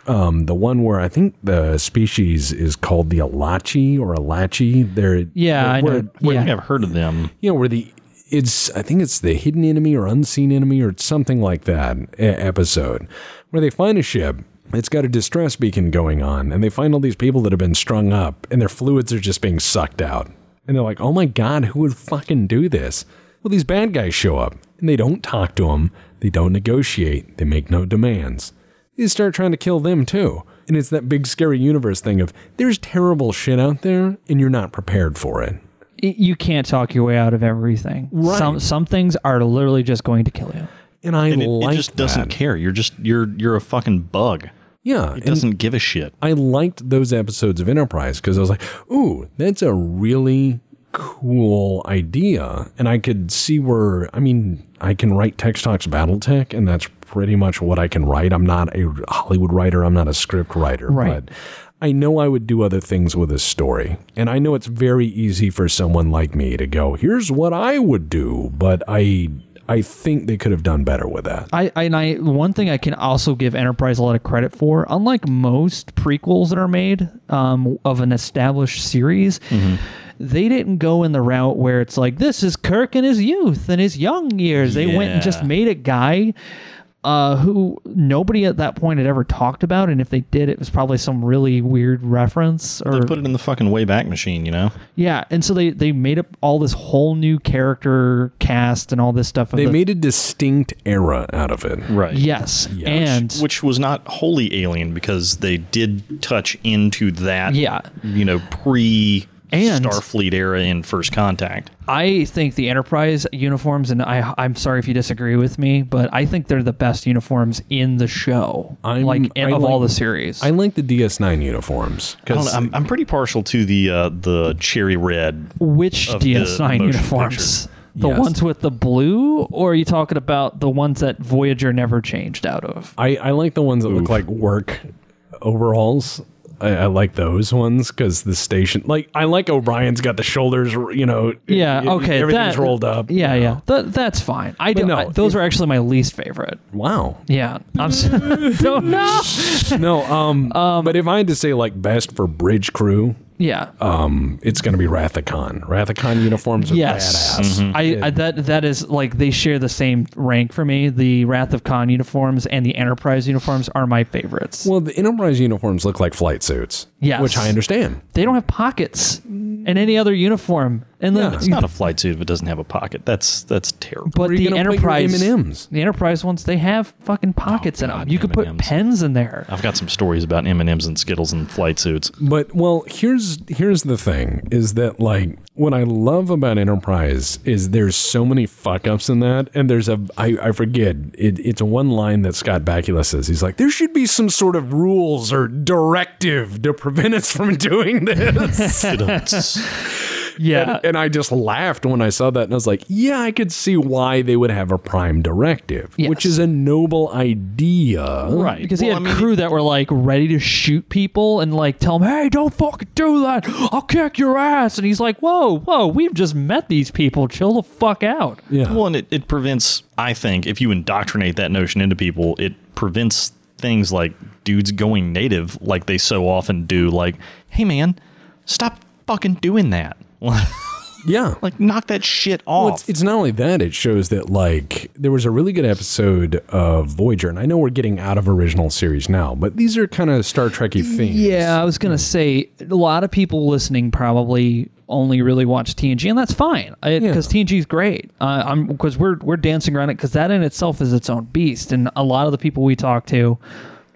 A: um, the one where I think the species is called the Alachi or Alachi. They're
B: yeah, I
A: where,
B: know.
A: where-
B: yeah.
C: I think I've heard of them.
A: you know where the it's I think it's the hidden enemy or unseen enemy or something like that e- episode where they find a ship. It's got a distress beacon going on, and they find all these people that have been strung up, and their fluids are just being sucked out. And they're like, "Oh my god, who would fucking do this?" Well, these bad guys show up, and they don't talk to them. They don't negotiate. They make no demands you start trying to kill them too. And it's that big scary universe thing of there's terrible shit out there and you're not prepared for it.
B: y- you can't talk your way out of everything. Some some things are literally just going to kill you.
A: and I
C: And it,
A: like
C: it just doesn't
A: that.
C: care. You're just you're you're a fucking bug.
A: Yeah,
C: It
A: and
C: doesn't give a shit.
A: I liked those episodes of Enterprise because I was like, ooh, that's a really cool idea. And I could see where, I mean, I can write Tex Talks Battletech, and that's pretty much what I can write. I'm not a Hollywood writer, I'm not a script writer.
B: Right.
A: But I know I would do other things with a story. And I know it's very easy for someone like me to go, here's what I would do. But I. I think they could have done better with that.
B: I, I- and I one thing I can also give Enterprise a lot of credit for, unlike most prequels that are made um, of an established series, they didn't go in the route where it's like this is Kirk in his youth and his young years. They went and just
C: Yeah.
B: made a guy uh, who nobody at that point had ever talked about, and if they did, it was probably some really weird reference or
C: Put it in the fucking Wayback Machine, you know?
B: yeah. And so they they made up all this whole new character cast and all this stuff. of
A: They
B: the-
A: made a distinct era out of it.
C: Right.
B: yes, and
C: Which was not wholly alien because they did touch into that,
B: Yeah.
C: you know, pre
B: And-
C: Starfleet era in First Contact.
B: I think the Enterprise uniforms, and I, I'm sorry if you disagree with me, but I think they're the best uniforms in the show,
A: I'm-
B: like
A: I
B: of all
A: like-
B: the series.
A: I like the DS9 uniforms
C: I don't know,
A: because
C: I'm, I'm pretty partial to the uh, the cherry red.
B: Which
C: of the
B: DS9
C: motion
B: uniforms? The
A: Yes.
B: ones with the blue, or are you talking about the ones that Voyager never changed out of?
A: I, I like the ones that look like work overalls. I, I like those ones because the station, like, I like O'Brien's got the shoulders, you know.
B: Yeah,
A: y- y-
B: okay,
A: Everything's
B: that-
A: rolled up.
B: Yeah, yeah, Th- that's fine. I don't.
A: no,
B: I- those are actually my least favorite.
A: Wow.
B: Yeah, I'm. s- don't know.
A: no, um, but if I had to say like best for bridge crew,
B: Yeah.
A: um, it's gonna be Rathacon. Rathacon uniforms are
B: Yes,
A: badass.
B: I, I that that is like they share the same rank for me. The Wrath of Khan uniforms and the Enterprise uniforms are my favorites.
A: Well, the Enterprise uniforms look like flight suits.
B: Yes.
A: which I understand.
B: they don't have pockets in any other uniform, and then
C: It's not a flight suit if it doesn't have a pocket. That's that's terrible.
B: but
A: Where are you
B: the
A: gonna put your
B: Enterprise
A: M&Ms?
B: the Enterprise ones they have fucking pockets in them.
C: God,
B: You could put
C: M&Ms.
B: pens in there.
C: I've got some stories about M and M's and Skittles and flight suits.
A: But well, here's here's the thing is that like what I love about Enterprise is there's so many fuck ups in that, and there's a I, I forget it, it's one line that Scott Bakula says he's like there should be some sort of rules or directive to prevent us from doing this,
B: Yeah,
A: and I just laughed when I saw that, and I was like, yeah, I could see why they would have a prime directive, which
B: Yes.
A: is a noble idea,
C: right?
B: because he
C: Well,
B: had
C: I mean,
B: crew that were like ready to shoot people and like tell him, "Hey, don't fucking do that! I'll kick your ass!" And he's like, "Whoa, whoa, we've just met these people. Chill the fuck out."
A: Yeah.
C: Well, and it, it prevents, I think, if you indoctrinate that notion into people, it prevents things like dudes going native, like they so often do. Like, hey, man, stop fucking doing that.
A: yeah.
C: like, knock that shit
A: Well,
C: off.
A: it's, it's not only that, it shows that, like, there was a really good episode of Voyager, and I know we're getting out of original series now, but these are kind of Star Trek y themes.
B: Yeah, I was gonna say a lot of people listening probably only really watch TNG, and that's fine because TNG is great. Uh, I'm because we're we're dancing around it because that in itself is its own beast, and a lot of the people we talk to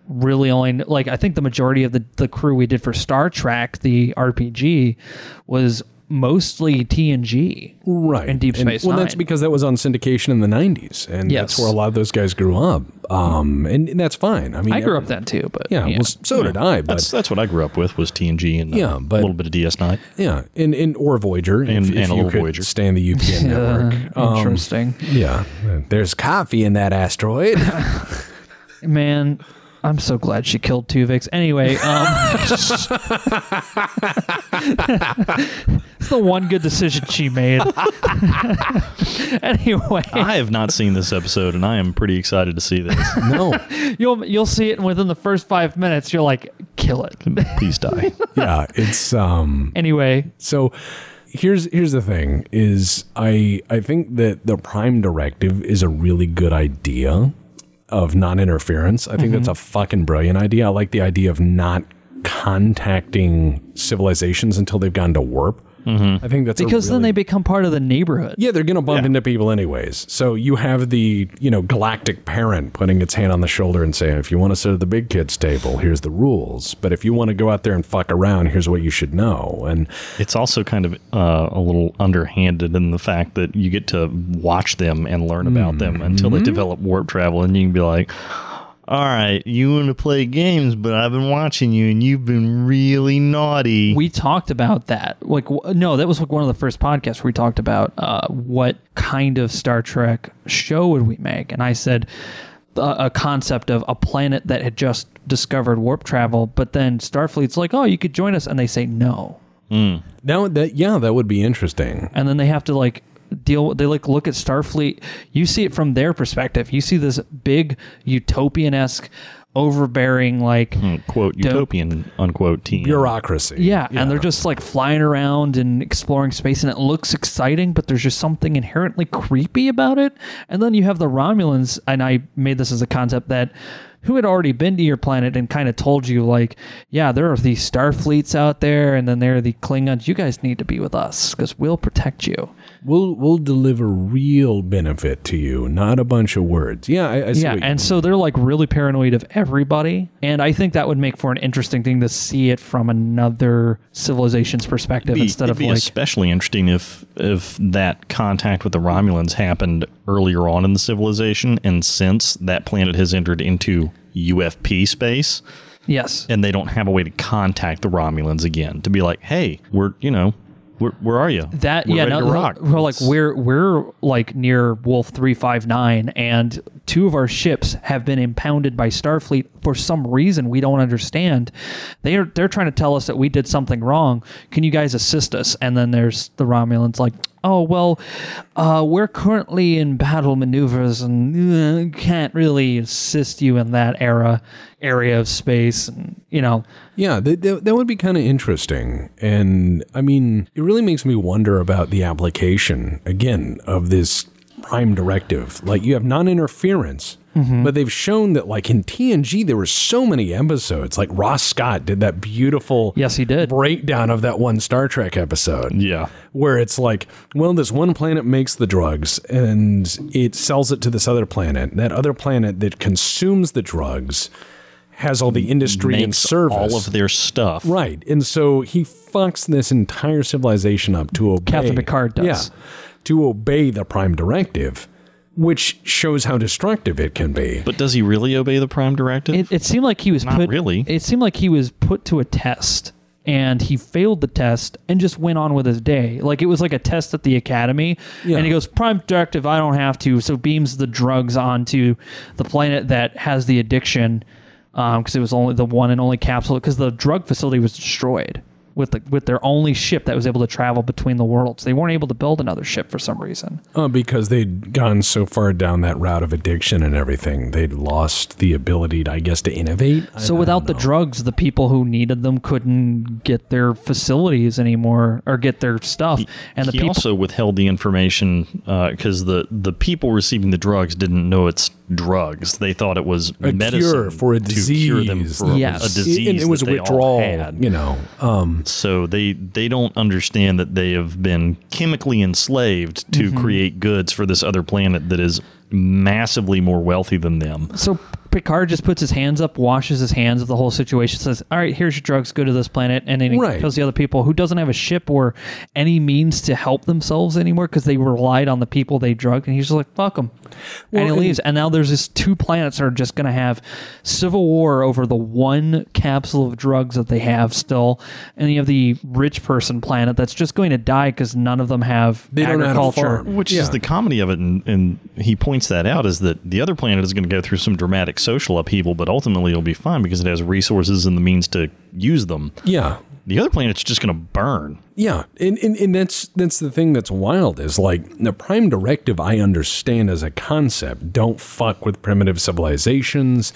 B: really only like I think the majority of the the crew we did for Star Trek the RPG was mostly TNG.
A: Right.
B: And Deep Space
A: Well, that's
B: Nine.
A: because that was on syndication in the 90s, and that's
B: Yes.
A: where a lot of those guys grew up. Um, and, and that's fine. I mean,
B: I grew up then too, but
A: Yeah, well, so did I, but
C: that's that's what I grew up with was TNG and uh,
A: Yeah, but-
C: a little bit of DS9.
A: yeah, in, in or Voyager,
C: And-
A: if, if
C: and a
A: you
C: little
A: could
C: Voyager.
A: stay in the UPN network.
B: Uh, interesting.
A: Yeah, there's coffee in that asteroid.
B: Man, I'm so glad she killed Tuvix. Anyway, um, it's the one good decision she made. anyway,
C: I have not seen this episode, and I am pretty excited to see this.
A: no,
B: you'll you'll see it and within the first five minutes. You're like, kill it.
C: Please die.
A: yeah, it's um,
B: Anyway,
A: So here's here's the thing is I I think that the prime directive is a really good idea of non-interference. I think that's
B: Mm-hmm.
A: a fucking brilliant idea. I like the idea of not contacting civilizations until they've gone to warp. I think that's a
B: Mm-hmm. because then
A: Oh, really-
B: they become part of the neighborhood.
A: yeah they're gonna bump
C: Yeah.
A: into people anyways. So you have the you know galactic parent putting its hand on the shoulder and saying, if you want to sit at the big kids table, here's the rules. But if you want to go out there and fuck around, here's what you should know. And
C: It's also kind of uh, a little underhanded in the fact that you get to watch them and learn about them until they develop warp travel, and you can be like, "All right, you want to play games, but I've been watching you, and you've been really naughty."
B: we talked about that. Like, w- no, that was like one of the first podcasts where we talked about uh, what kind of Star Trek show would we make, and I said uh, a concept of a planet that had just discovered warp travel, but then Starfleet's like, "Oh, you could join us," and they say no,
A: now that yeah, that would be interesting.
B: and then they have to like deal with they like look at starfleet you see it from their perspective you see this big utopian-esque overbearing like
C: quote utopian unquote team.
A: Bureaucracy.
B: yeah, and they're just like flying around and exploring space, and it looks exciting, but there's just something inherently creepy about it. And then you have the Romulans, and I made this as a concept that who had already been to your planet and kind of told you, like, yeah, there are these star fleets out there, and then there are the Klingons. You guys need to be with us because we'll protect you.
A: We'll we'll deliver real benefit to you, not a bunch of words. Yeah, I, I see
B: Yeah,
A: what you
B: and so they're like really paranoid of everybody, and I think that would make for an interesting thing to see it from another civilization's perspective
C: Be-
B: instead
C: it'd
B: of
C: be
B: like
C: especially interesting if if that contact with the Romulans happened earlier on in the civilization, and since that planet has entered into UFP space,
B: yes,
C: and they don't have a way to contact the Romulans again to be like, hey, we're you know, where where are you?
B: That
C: we're
B: yeah,
C: ready
B: no,
C: to rock.
B: we're like
C: Let's-
B: we're we're like near Wolf three five nine, and two of our ships have been impounded by Starfleet for some reason we don't understand. They are they're trying to tell us that we did something wrong. Can you guys assist us? And then there's the Romulans like, oh well, uh, we're currently in battle maneuvers and uh, can't really assist you in that era area of space. And, you know,
A: Yeah, that, that, that would be kind of interesting. And I mean, it really makes me wonder about the application, again, of this prime directive. Like, you have non interference,
B: Mm-hmm.
A: but they've shown that, like, in TNG, there were so many episodes. Like, Ross Scott did that beautiful
B: Yes, he did.
A: breakdown of that one Star Trek episode
C: yeah.
A: where it's like, well, this one planet makes the drugs and it sells it to this other planet. That other planet that consumes the drugs has all the industry and
C: Makes
A: service.
C: all of their stuff.
A: Right. And so he fucks this entire civilization up to obey.
B: Captain Picard does.
A: Yeah, to obey the Prime Directive, which shows how destructive it can be.
C: But does he really obey the Prime Directive?
B: It, it seemed like he was
C: Not
B: put.
C: really.
B: It seemed like he was put to a test, and he failed the test, and just went on with his day. Like it was like a test at the academy,
A: Yeah.
B: and he goes prime directive. I don't have to. So beams the drugs onto the planet that has the addiction, because it was only the one and only capsule. Because the drug facility was destroyed. With, the, with their only ship that was able to travel between the worlds, they weren't able to build another ship for some reason.
A: Uh, because they'd gone so far down that route of addiction and everything, they'd lost the ability, to, I guess, to innovate. I-
B: So
A: I
B: without the
A: don't know.
B: drugs, the people who needed them couldn't get their facilities anymore or get their stuff, and the
C: he
B: people.
C: also withheld the information because the the people receiving the drugs didn't know it's drugs. They thought it was
A: A
C: medicine
A: cure for a
C: to cure them
A: disease.
C: for
B: Yes.
C: a
B: And it
C: disease.
A: and it was
C: that they all
A: withdrawal,
C: had.
A: you know. Um,
C: So they they don't understand that they have been chemically enslaved
B: Mm-hmm.
C: to create goods for this other planet that is massively more wealthy than them.
B: so Picard just puts his hands up, washes his hands of the whole situation, says, "All right, here's your drugs. Go to this planet," and then he
A: Right.
B: tells the other people who doesn't have a ship or any means to help themselves anymore because they relied on the people they drugged, and he's just like, "Fuck them," and he
A: and-
B: leaves. And now there's this two planets that are just gonna have civil war over the one capsule of drugs that they have still, and you have the rich person planet that's just going to die because none of them have
A: They don't know how to
B: agriculture.
A: farm.
C: Which
A: Yeah.
C: is the comedy of it, and, and he points that out is that the other planet is going to go through some dramatic social upheaval, but ultimately it'll be fine because it has resources and the means to use them.
A: yeah.
C: The other planet's just going to burn.
A: Yeah, and, and and that's that's the thing that's wild is like the prime directive I understand as a concept. Don't fuck with primitive civilizations.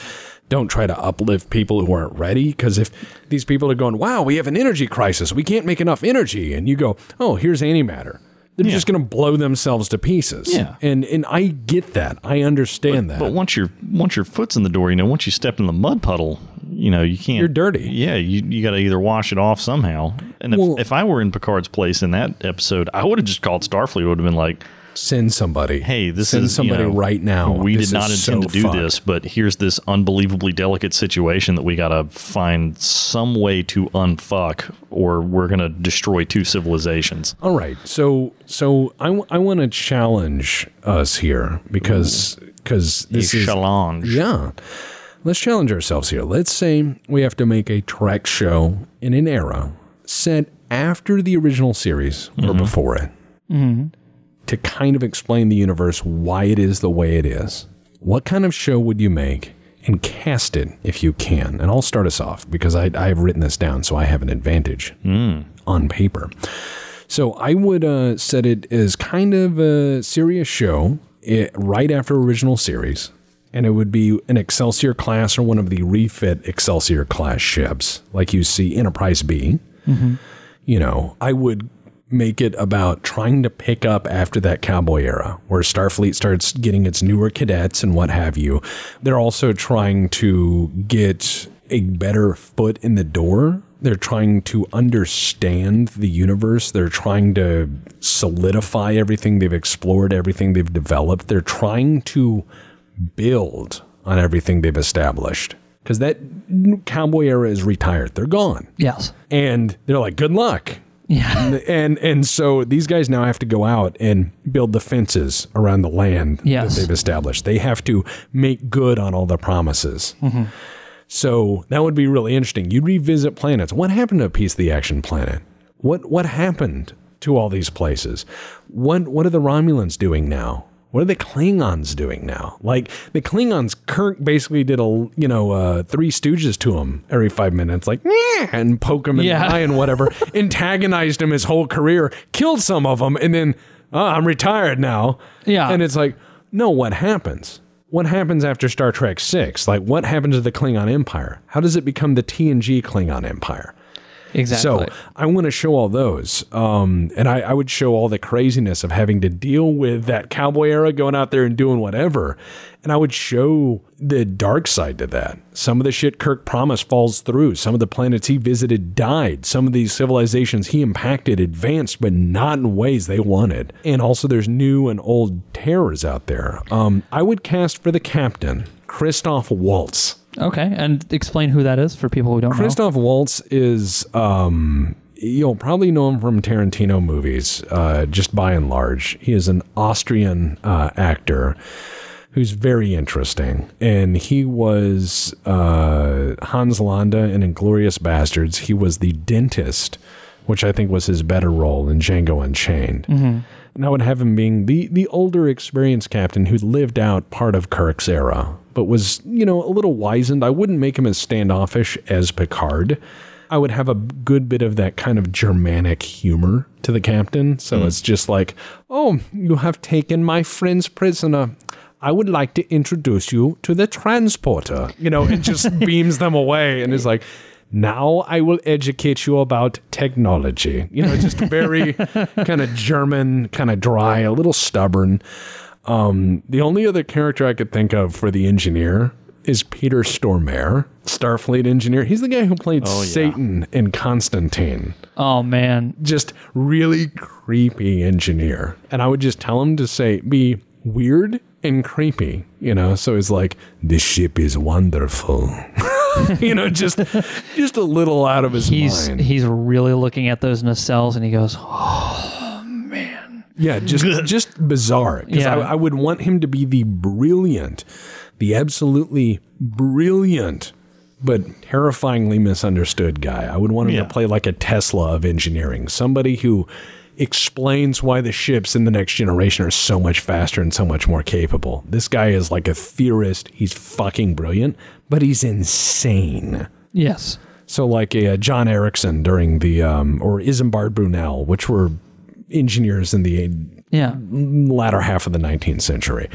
A: Don't try to uplift people who aren't ready because if these people are going, "Wow, we have an energy crisis. We can't make enough energy." And you go, "Oh, here's antimatter." They're just going to blow themselves to pieces.
C: Yeah.
A: And and I get that. I understand that.
C: But once your once your foot's in the door, you know, once you step in the mud puddle, you know, you can't.
A: You're dirty.
C: Yeah, you, you got to either wash it off somehow. And if,
A: Well-
C: if I were in Picard's place in that episode, I would have just called Starfleet. Would have been like,
A: Send somebody.
C: "Hey, this
A: Send
C: is you
A: somebody
C: know,
A: right now.
C: We
A: This
C: did not intend
A: is so
C: to do
A: fucked."
C: this, but here's this unbelievably delicate situation that we got to find some way to unfuck, or we're going to destroy two civilizations."
A: All right. So so I, w- I want to challenge us here because because this is
C: Challenge.
A: yeah. Let's challenge ourselves here. Let's say we have to make a Trek show in an era set after the original series or before it to kind of explain the universe why it is the way it is. What kind of show would you make and cast it if you can? And I'll start us off because I, I've written this down, so I have an advantage on paper. So I would uh, set it as kind of a serious show it, right after original series, and it would be an Excelsior class or one of the refit Excelsior class ships, like you see Enterprise B. You know, I would make it about trying to pick up after that cowboy era where Starfleet starts getting its newer cadets and what have you. They're also trying to get a better foot in the door. They're trying to understand the universe. They're trying to solidify everything they've explored, everything they've developed. They're trying to build on everything they've established. Because that cowboy era is retired. They're gone.
B: Yes.
A: And they're like, good luck
B: Yeah.
A: and and so these guys now have to go out and build the fences around the land
B: Yes.
A: that they've established. They have to make good on all the promises. So that would be really interesting. You revisit planets. What happened to Peace the Action Planet? What what happened to all these places? What what are the Romulans doing now? What are the Klingons doing now? Like the Klingons, Kirk basically did a you know uh, Three Stooges to him every five minutes, like "Nyeh," and poke him in
B: Yeah.
A: the eye and whatever. antagonized him his whole career, killed some of them, and then "Ah, I'm retired now.
B: Yeah.
A: and it's like no, what happens? What happens after Star Trek Six? Like what happens to the Klingon Empire? How does it become the TNG Klingon Empire?
B: Exactly.
A: So I want to show all those, um, and I, I would show all the craziness of having to deal with that cowboy era, going out there and doing whatever, and I would show the dark side to that. Some of the shit Kirk promised falls through. Some of the planets he visited died. Some of these civilizations he impacted advanced, but not in ways they wanted. And also, there's new and old terrors out there. Um, I would cast for the captain Christoph Waltz.
B: okay. And explain who that is for people who don't
A: Christoph Waltz is um you'll probably know him from Tarantino movies uh just by and large. He is an Austrian uh actor who's very interesting and he was uh Hans Landa in Inglorious Bastards. He was the dentist which I think was his better role in Django Unchained. And I would have him being the, the older experienced captain who lived out part of Kirk's era, but was, you know, a little wizened. I wouldn't make him as standoffish as Picard. I would have a good bit of that kind of Germanic humor to the captain. So it's just like, oh, you have taken my friend's prisoner. I would like to introduce you to the transporter. You know, it just beams them away and is like, now I will educate you about technology. You know, just very kind of German, kind of dry, a little stubborn. Um, the only other character I could think of for the engineer is Peter Stormare, Starfleet engineer. He's the guy who played
C: yeah.
A: Satan in Constantine
B: know. Oh man.
A: just really creepy engineer. And I would just tell him to say, be weird and creepy, you know? So it's like, this ship is wonderful. you know, just just a little out of his
B: He's
A: mind.
B: he's really looking at those nacelles and he goes,
A: Yeah, just just bizarre. Because
B: Yeah.
A: I, I would want him to be the brilliant, the absolutely brilliant, but terrifyingly misunderstood guy. I would want him
C: Yeah.
A: to play like a Tesla of engineering, somebody who explains why the ships in the next generation are so much faster and so much more capable. This guy is like a theorist. He's fucking brilliant, but he's insane.
B: Yes.
A: So like a, uh, John Erickson during the um, or Isambard Brunel, which were engineers in the
B: Yeah.
A: latter half of the 19th century.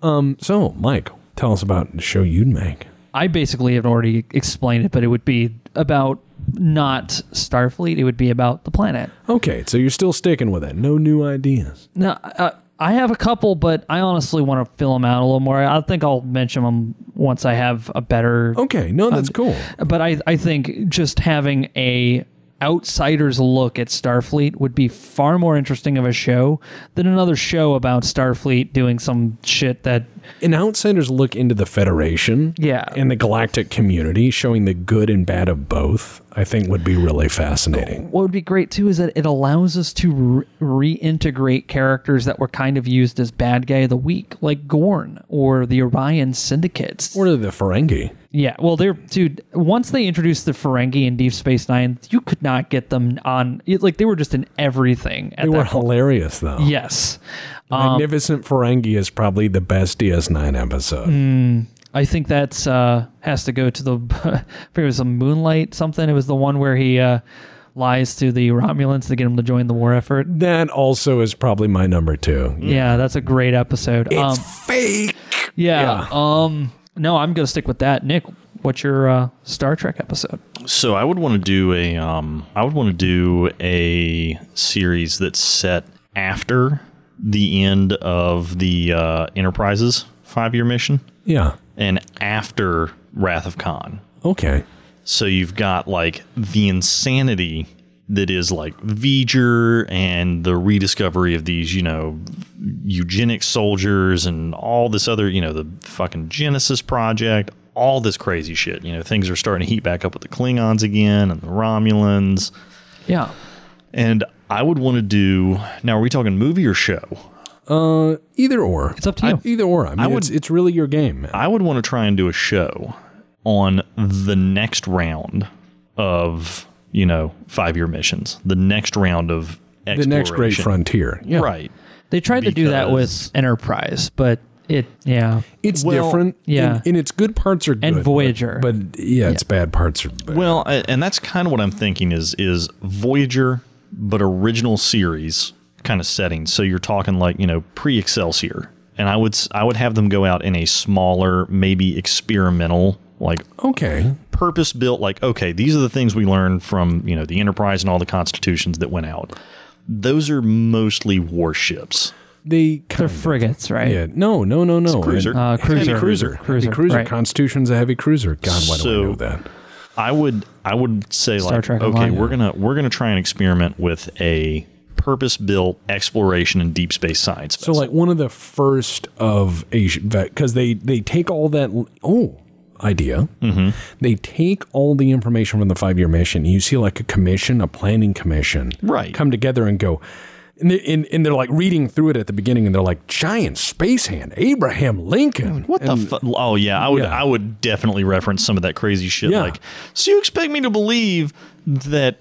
A: Um, so, Mike, tell us about the show you'd make.
B: I basically have already explained it, but it would be about not Starfleet. It would be about the planet.
A: Okay, so you're still sticking with it. No new ideas.
B: No, uh, I have a couple, but I honestly want to fill them out a little more. I think I'll mention them once I have a better.
A: Okay, no,
B: Um,
A: that's cool.
B: But I, I think just having a outsider's look at Starfleet would be far more interesting of a show than another show about Starfleet doing some shit that
A: An outsider's look into the Federation,
B: Yeah.
A: and the galactic community, showing the good and bad of both, I think would be really fascinating.
B: what would be great too is that it allows us to re- reintegrate characters that were kind of used as bad guy of the week, like Gorn or the Orion syndicates.
A: Or the Ferengi.
B: yeah, well, they're dude. Once they introduced the Ferengi in Deep Space Nine, you could not get them on. it- Like they were just in everything. At
A: They
B: that um,
A: were
B: point.
A: hilarious, though.
B: Yes,
A: Magnificent Ferengi is probably the best DS9 episode.
B: Mm. I think that's uh, has to go to the. I think it was a Moonlight something. It was the one where he uh, lies to the Romulans to get them to join the war effort.
A: That also is probably my number two.
B: Yeah, that's a great episode.
A: It's
B: um,
A: fake.
B: Yeah.
A: Yeah.
B: Um. No, I'm gonna stick with that. Nick, what's your uh, Star Trek episode?
C: So I would want to do a um I would want to do a series that's set after the end of the uh, Enterprise's five year mission
A: Yeah.
C: and after Wrath of Khan.
A: Okay.
C: So you've got like the insanity that is like V'ger and the rediscovery of these, you know, eugenic soldiers and all this other, you know, the fucking Genesis project, all this crazy shit. You know, things are starting to heat back up with the Klingons again and the Romulans.
B: Yeah.
C: And I would want to do now, are we talking movie or show?
A: Uh, either or. It's
B: up to you.
A: either or. I mean,
C: would-
A: it's, it's really your game. man.
C: I would want to try and do a show on the next round of you know five year missions, the next round of
A: the next great
C: exploration.
A: frontier. Yeah.
C: right?
B: They tried to do that with
C: Because-
B: Enterprise, but it yeah.
A: It's
C: Well,
A: different.
B: yeah.
A: And, and its good parts are good. but-
B: Voyager.
A: But, yeah, its bad parts are bad.
C: Well, a- and that's kind of what I'm thinking is is Voyager, but original series kind of setting. So you're talking like you know pre Excelsior, and I would s- I would have them go out in a smaller, maybe experimental like
A: okay.
C: purpose built like okay these are the things we learned from you know the enterprise and all the constitutions that went out those are mostly warships
A: They kind
B: They're frigates, right?
A: Yeah. No, no, no, no.
C: cruiser.
A: And-
B: Uh, cruiser.
A: Heavy cruiser.
B: Cruiser.
A: Heavy cruiser.
B: Right.
A: Constitution's a heavy cruiser. God, why do
C: So-
A: I know that?
C: i would i would say like
B: Trek
C: okay
B: Online,
C: we're
B: yeah.
C: gonna we're gonna try and experiment with a purpose built exploration in deep space science
A: So like one of the first of Asian because they they take all that oh idea
C: Mm-hmm.
A: they take all the information from the five year mission. You see like a commission, a planning commission,
C: Right.
A: Come together and go. And, they, and, and they're like reading through it at the beginning, and they're like, "Giant space hand, Abraham Lincoln."
C: what the fu- oh yeah i would
A: Yeah.
C: i would definitely reference some of that crazy shit
A: Yeah.
C: like so you expect me to believe that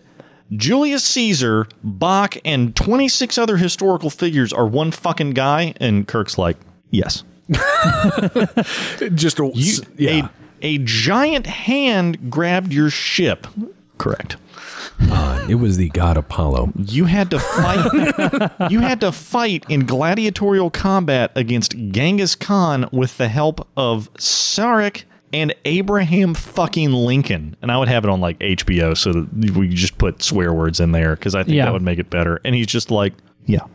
C: Julius Caesar, Bach, and 26 other historical figures are one fucking guy? And Kirk's like, yes.
A: Just a,
C: You,
A: yeah,
C: a, a giant hand grabbed your ship. Correct.
A: Uh, it was the god Apollo.
C: You had to fight. you had to fight in gladiatorial combat against Genghis Khan with the help of Sarek and Abraham fucking Lincoln. And I would have it on like HBO so that we just put swear words in there because I think
B: Yeah.
C: that would make it better. And he's just like, yeah.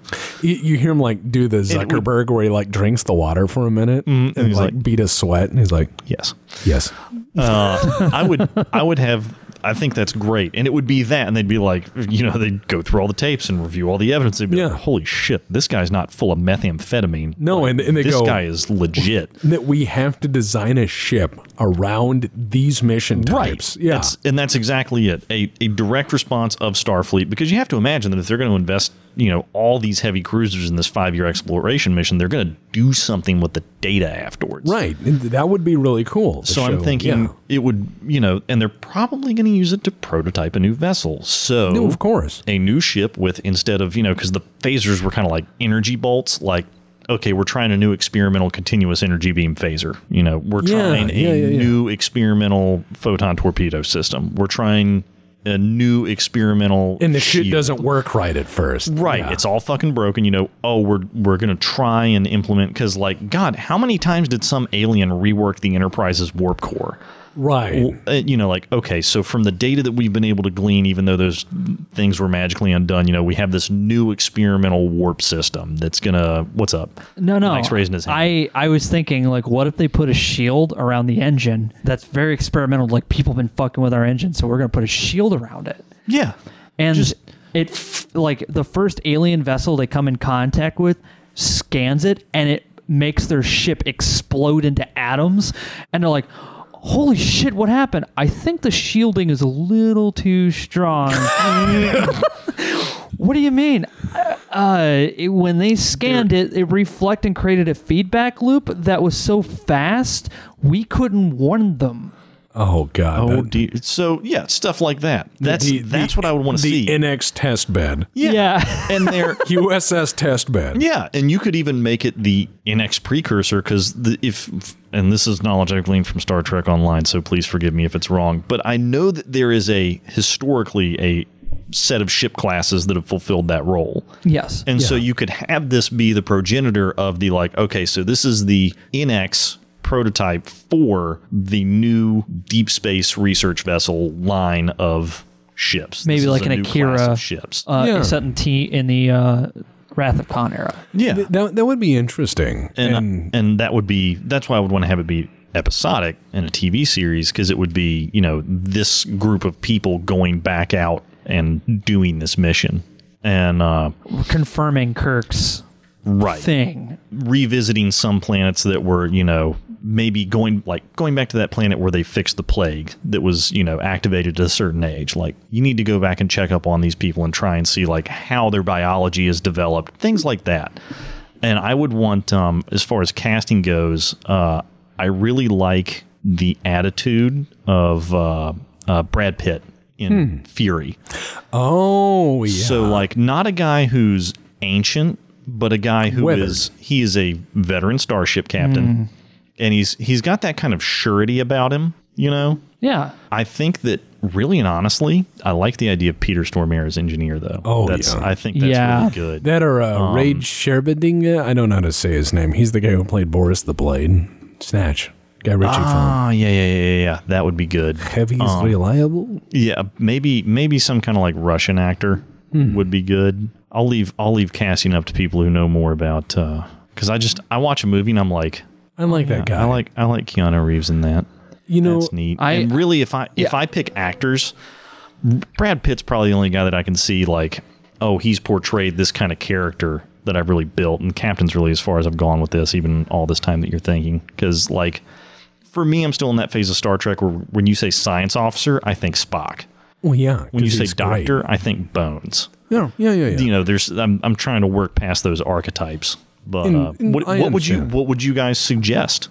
A: You, you hear him like do the Zuckerberg where he like drinks the water for a minute and
C: Mm, he's
A: like,
C: like-
A: beat a sweat, and he's like,
C: Yes.
A: "Yes,
C: Uh, I would I would have I think that's great. And it would be that and they'd be like, you know, they'd go through all the tapes and review all the evidence. They'd be
A: Yeah.
C: like, holy shit, this guy's not full of methamphetamine.
A: no," and, and they
C: this
A: go,
C: guy is legit.
A: that we have to design a ship around these mission types. Yeah.
C: That's, and that's exactly it. A, a direct response of Starfleet, because you have to imagine that if they're going to invest, you know, all these heavy cruisers in this five year exploration mission, they're going to do something with the data afterwards.
A: right. And that would be really cool. to
C: So I'm
A: show-
C: thinking
A: yeah.
C: it would, you know, and they're probably going to use it to prototype a new vessel. So
A: No, of course.
C: a new ship with instead of you know because the phasers were kind of like energy bolts like okay we're trying a new experimental continuous energy beam phaser you know we're
A: Yeah,
C: trying
A: yeah,
C: a
A: yeah, yeah.
C: new experimental photon torpedo system we're trying a new experimental
A: And the shit
C: shield.
A: doesn't work right at first.
C: Right,
A: Yeah.
C: it's all fucking broken. You know, oh, we're we're gonna try and implement because, like, God, how many times did some alien rework the Enterprise's warp core?
A: Right.
C: uh, you know, like, okay, so from the data that we've been able to glean, even though those things were magically undone, you know, we have this new experimental warp system that's going to, what's up?
B: No, no.
C: Mike's raising his hand.
B: I, I was thinking, like, what if they put a shield around the engine? That's very experimental. Like, people have been fucking with our engine, so we're going to put a shield around it.
C: yeah.
B: And
C: Just-
B: it, f- like, the first alien vessel they come in contact with scans it, and it makes their ship explode into atoms. And they're like, holy shit, what happened? I think the shielding is a little too strong. What do you mean? Uh, it, when they scanned it, it reflected and created a feedback loop that was so fast we couldn't warn them.
A: Oh god.
C: Oh,
A: that-
C: dear. So, yeah, stuff like that. That's
A: the-
C: that's
A: the-
C: what I would want to
A: the
C: see.
A: NX test bed.
C: yeah.
B: Yeah.
C: and they're,
A: USS test bed.
C: Yeah, and you could even make it the NX precursor because if and this is knowledge I've gleaned from Star Trek Online, so please forgive me if it's wrong, but I know that there is a historically a set of ship classes that have fulfilled that role.
B: Yes.
C: And so you could have this be the progenitor of the like, okay, so this is the NX prototype for the new deep space research vessel line of ships.
B: Maybe
C: This is
B: like
C: a
B: an
C: new class
B: Akira,
C: of ships.
B: uh,
A: Yeah.
B: set in T in the uh, Wrath of Khan era.
C: yeah.
A: That, that would be interesting.
C: and uh, and, that would be that's why I would want to have it be episodic in a TV series because it would be you know this group of people going back out and doing this mission and uh,
B: Confirming Kirk's
C: right
B: thing.
C: revisiting some planets that were you know maybe going like going back to that planet where they fixed the plague that was you know activated at a certain age like you need to go back and check up on these people and try and see like how their biology is developed things like that and i would want um as far as casting goes uh i really like the attitude of uh, uh brad pitt in fury
A: oh yeah.
C: so like not a guy who's ancient, but a guy who is
A: Weathered. Hmm.
C: he is a veteran starship captain. And he's he's got that kind of surety about him, you know?
B: Yeah.
C: I think that really and honestly, I like the idea of Peter Stormare as engineer though.
A: Oh,
C: that's
A: yeah.
C: I think that's
B: Yeah.
C: really good.
A: that or uh,
C: Um.
A: Raid Sherbendinga. I don't know how to say his name. He's the guy who played Boris the Blade. Snatch. Guy Ritchie film.
C: Oh yeah, yeah, yeah, yeah, yeah. That would be good.
A: Heavy is
C: Um.
A: reliable.
C: Yeah, maybe maybe some kind of like Russian actor
A: Hmm.
C: would be good. I'll leave I'll leave casting up to people who know more about uh 'cause because I just I watch a movie and I'm like,
A: I like that guy.
C: Oh, I like I like Keanu Reeves in that.
A: you know.
C: That's neat.
B: I-
C: and really, if I
B: Yeah.
C: if I pick actors, Brad Pitt's probably the only guy that I can see like, oh, he's portrayed this kind of character that I've really built, and Captain's really as far as I've gone with this, even all this time that you're thinking, because like, for me, I'm still in that phase of Star Trek where when you say science officer, I think Spock.
A: Well, yeah.
C: When you
A: 'cause
C: say
A: he's great.
C: doctor, I think Bones.
A: No, yeah, yeah, yeah.
C: You know, there's I'm I'm trying to work past those archetypes. But
A: And-
C: uh,
A: and
C: what,
A: I
C: what would you
A: understand.
C: what would you guys suggest?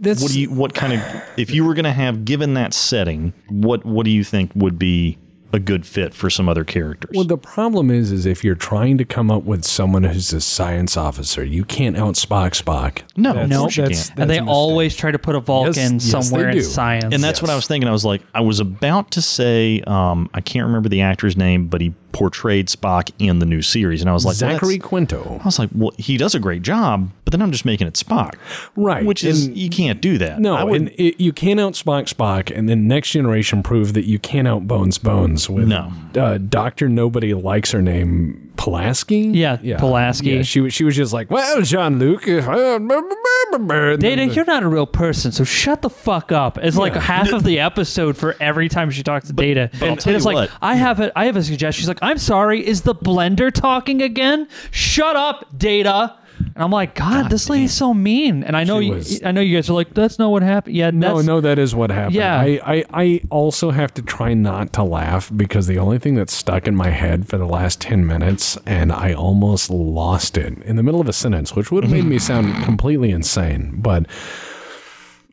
A: That's
C: what do you what kind of if you were going to have given that setting what what do you think would be a good fit for some other characters
A: Well, the problem is, is if you're trying to come up with someone who's a science officer, you can't out Spock Spock.
C: No,
A: That's-
C: no. you
A: that's-
C: can't.
A: that's
B: and they
A: a mistake.
B: always try to put a Vulcan
A: Yes, yes,
B: somewhere
A: they
B: in
A: do.
B: science.
C: and that's what i was thinking i was like i was about to say um, i can't remember the actor's name but he portrayed spock in the new series and i was like well,
A: Zachary
C: that's-
A: Quinto.
C: i was like well he does a great job but then i'm just making it spock
A: Right,
C: which is
A: and-
C: you can't do that
A: No,
C: I would-
A: and it, you can't out Spock Spock, and then Next Generation proved that you can't out Bones Bones with
C: No.
A: uh, Doctor Nobody likes her name Pulaski.
B: Yeah, Pulaski.
A: Yeah, she was she was just like, well, John Luke. Uh,
B: Data, you're not a real person, so shut the fuck up. It's like half of the episode for every time she talks to Data.
C: I'll
B: and
C: tell
B: it's
C: you
B: like,
C: what.
B: I have a I have a suggestion. She's like, I'm sorry, is the blender talking again? Shut up, Data. And I'm like, God, this lady's so mean. And I know
A: She
B: you
A: was-
B: I know you guys are like, that's not what happened. Yeah,
A: No,
B: that's,
A: Oh, no, that is what happened.
B: Yeah.
A: I, I, I also have to try not to laugh because the only thing that's stuck in my head for the last 10 minutes, and I almost lost it in the middle of a sentence, which would have made me sound completely insane. But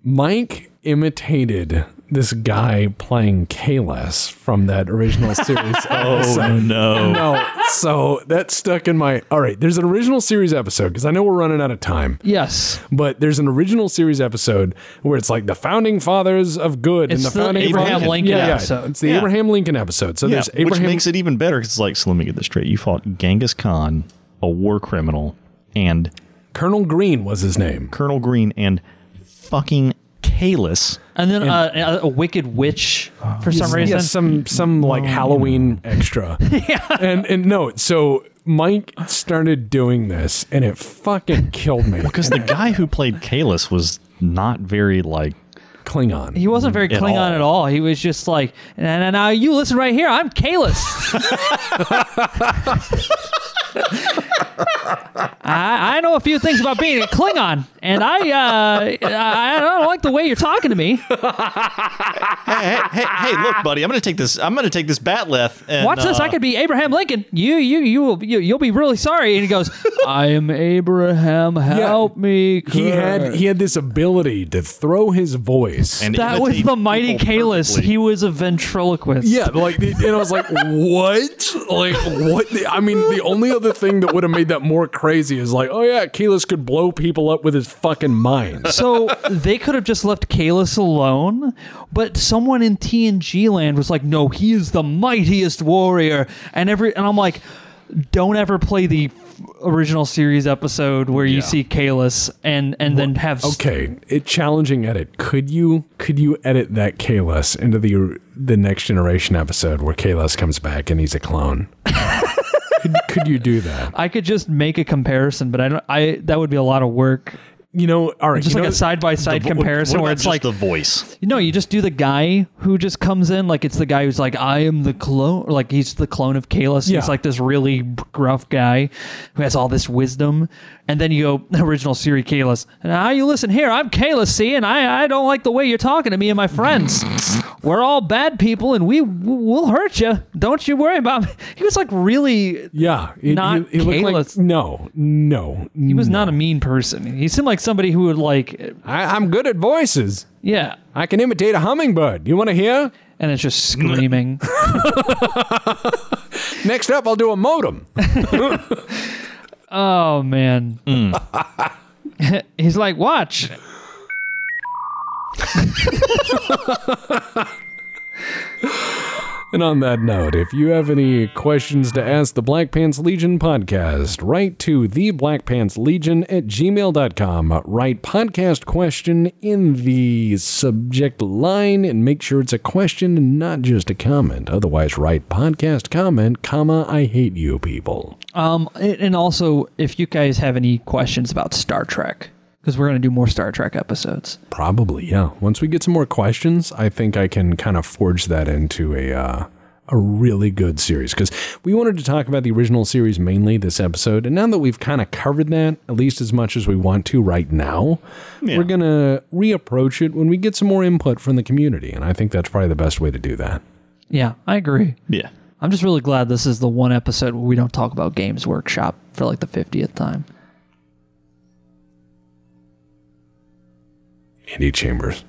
A: Mike imitated this guy playing Kalis from that original series.
C: oh no
A: No, so that stuck in my. All right, there's an original series episode because I know we're running out of time
B: Yes.
A: but there's an original series episode where it's like the founding fathers of good
B: It's
A: and the,
B: the
A: founding
B: Abraham
A: fathers-
B: Lincoln
A: yeah, yeah,
B: episode.
A: It's the
C: Yeah.
A: Abraham Lincoln episode. So
C: Yeah,
A: there's Abraham.
C: which makes it even better because it's like, so let me get this straight. You fought Genghis Khan, a war criminal, and
A: Colonel Green was his name.
C: Colonel Green, and fucking Talus.
B: And then uh, a, a wicked witch for some reason. Oh,
A: Yeah, some some like Halloween extra. yeah. And and no, so Mike started doing this and it fucking killed me.
C: Because the guy who played Kalis was not very like
A: Klingon.
B: He wasn't very
C: At
B: Klingon
C: all.
B: at all. He was just like, and now you listen right here. I'm Kalis. I, I know a few things about being a Klingon, and I uh, I I don't like the way you're talking to me.
C: hey, hey, hey, look, buddy, I'm gonna take this I'm gonna take this batleth and
B: Watch this.
C: uh,
B: I could be Abraham Lincoln. You you you will you, you'll be really sorry. And he goes, I am Abraham. Help me.
A: He had
B: God."
A: he had this ability to throw his voice.
C: and
B: that was
C: imitate
B: the mighty
C: people
B: Kalis.
C: perfectly.
B: He was a ventriloquist.
A: yeah, like and I was like, what? Like what? I mean, the only other thing that would have made that more crazy is like, oh yeah, Keyless could blow people up with his fucking mind.
B: So they could have just left Kalis alone, but someone in TNG land was like, "No, he is the mightiest warrior." And every and I'm like, "Don't ever play the original series episode where you see Kalis and and then have s-
A: Okay, it challenging edit. Could you could you edit that Kalos into the the next generation episode where Kalos comes back and he's a clone? could, could you do that?
B: I could just make a comparison, but I don't. I that would be a lot of work.
A: You know, all right,
B: Just
A: you
B: like
A: know-
B: a side by side
C: What- what
B: comparison
C: about
B: where it's
C: just
B: like
C: the voice.
B: No, you just do the guy who just comes in like it's the guy who's like I am the clone, like he's the clone of Kalos.
A: Yeah.
B: He's like this really gruff guy who has all this wisdom, and then you go original series Kalos. Now you listen here, I'm Kalos, see, and I I don't like the way you're talking to me and my friends. We're all bad people, and we will hurt you. Don't you worry about me. He was like really.
A: Yeah, it,
B: Not
A: he- he looked like-
B: Kalos.
A: no, no.
B: He was not a mean person. He seemed like somebody who would like,
A: I, I'm good at voices.
B: yeah,
A: I can imitate a hummingbird. You want to hear?
B: and it's just screaming.
A: Next up, I'll do a modem.
B: Oh man. He's like, watch.
A: And on that note, if you have any questions to ask the Black Pants Legion podcast, write to the Black Pants Legion at gmail.com. Write podcast question in the subject line and make sure it's a question and not just a comment. Otherwise, write podcast comment, comma, I hate you people.
B: Um, and and also, if you guys have any questions about Star Trek, because we're gonna do more Star Trek episodes.
A: Probably, yeah. Once we get some more questions, I think I can kind of forge that into a uh, a really good series because we wanted to talk about the original series mainly this episode, and now that we've kind of covered that at least as much as we want to right now, we're gonna reapproach it when we get some more input from the community, and I think that's probably the best way to do that.
B: Yeah, I agree.
C: Yeah.
B: I'm just really glad this is the one episode where we don't talk about Games Workshop for like the 50th time.
A: Andy Chambers.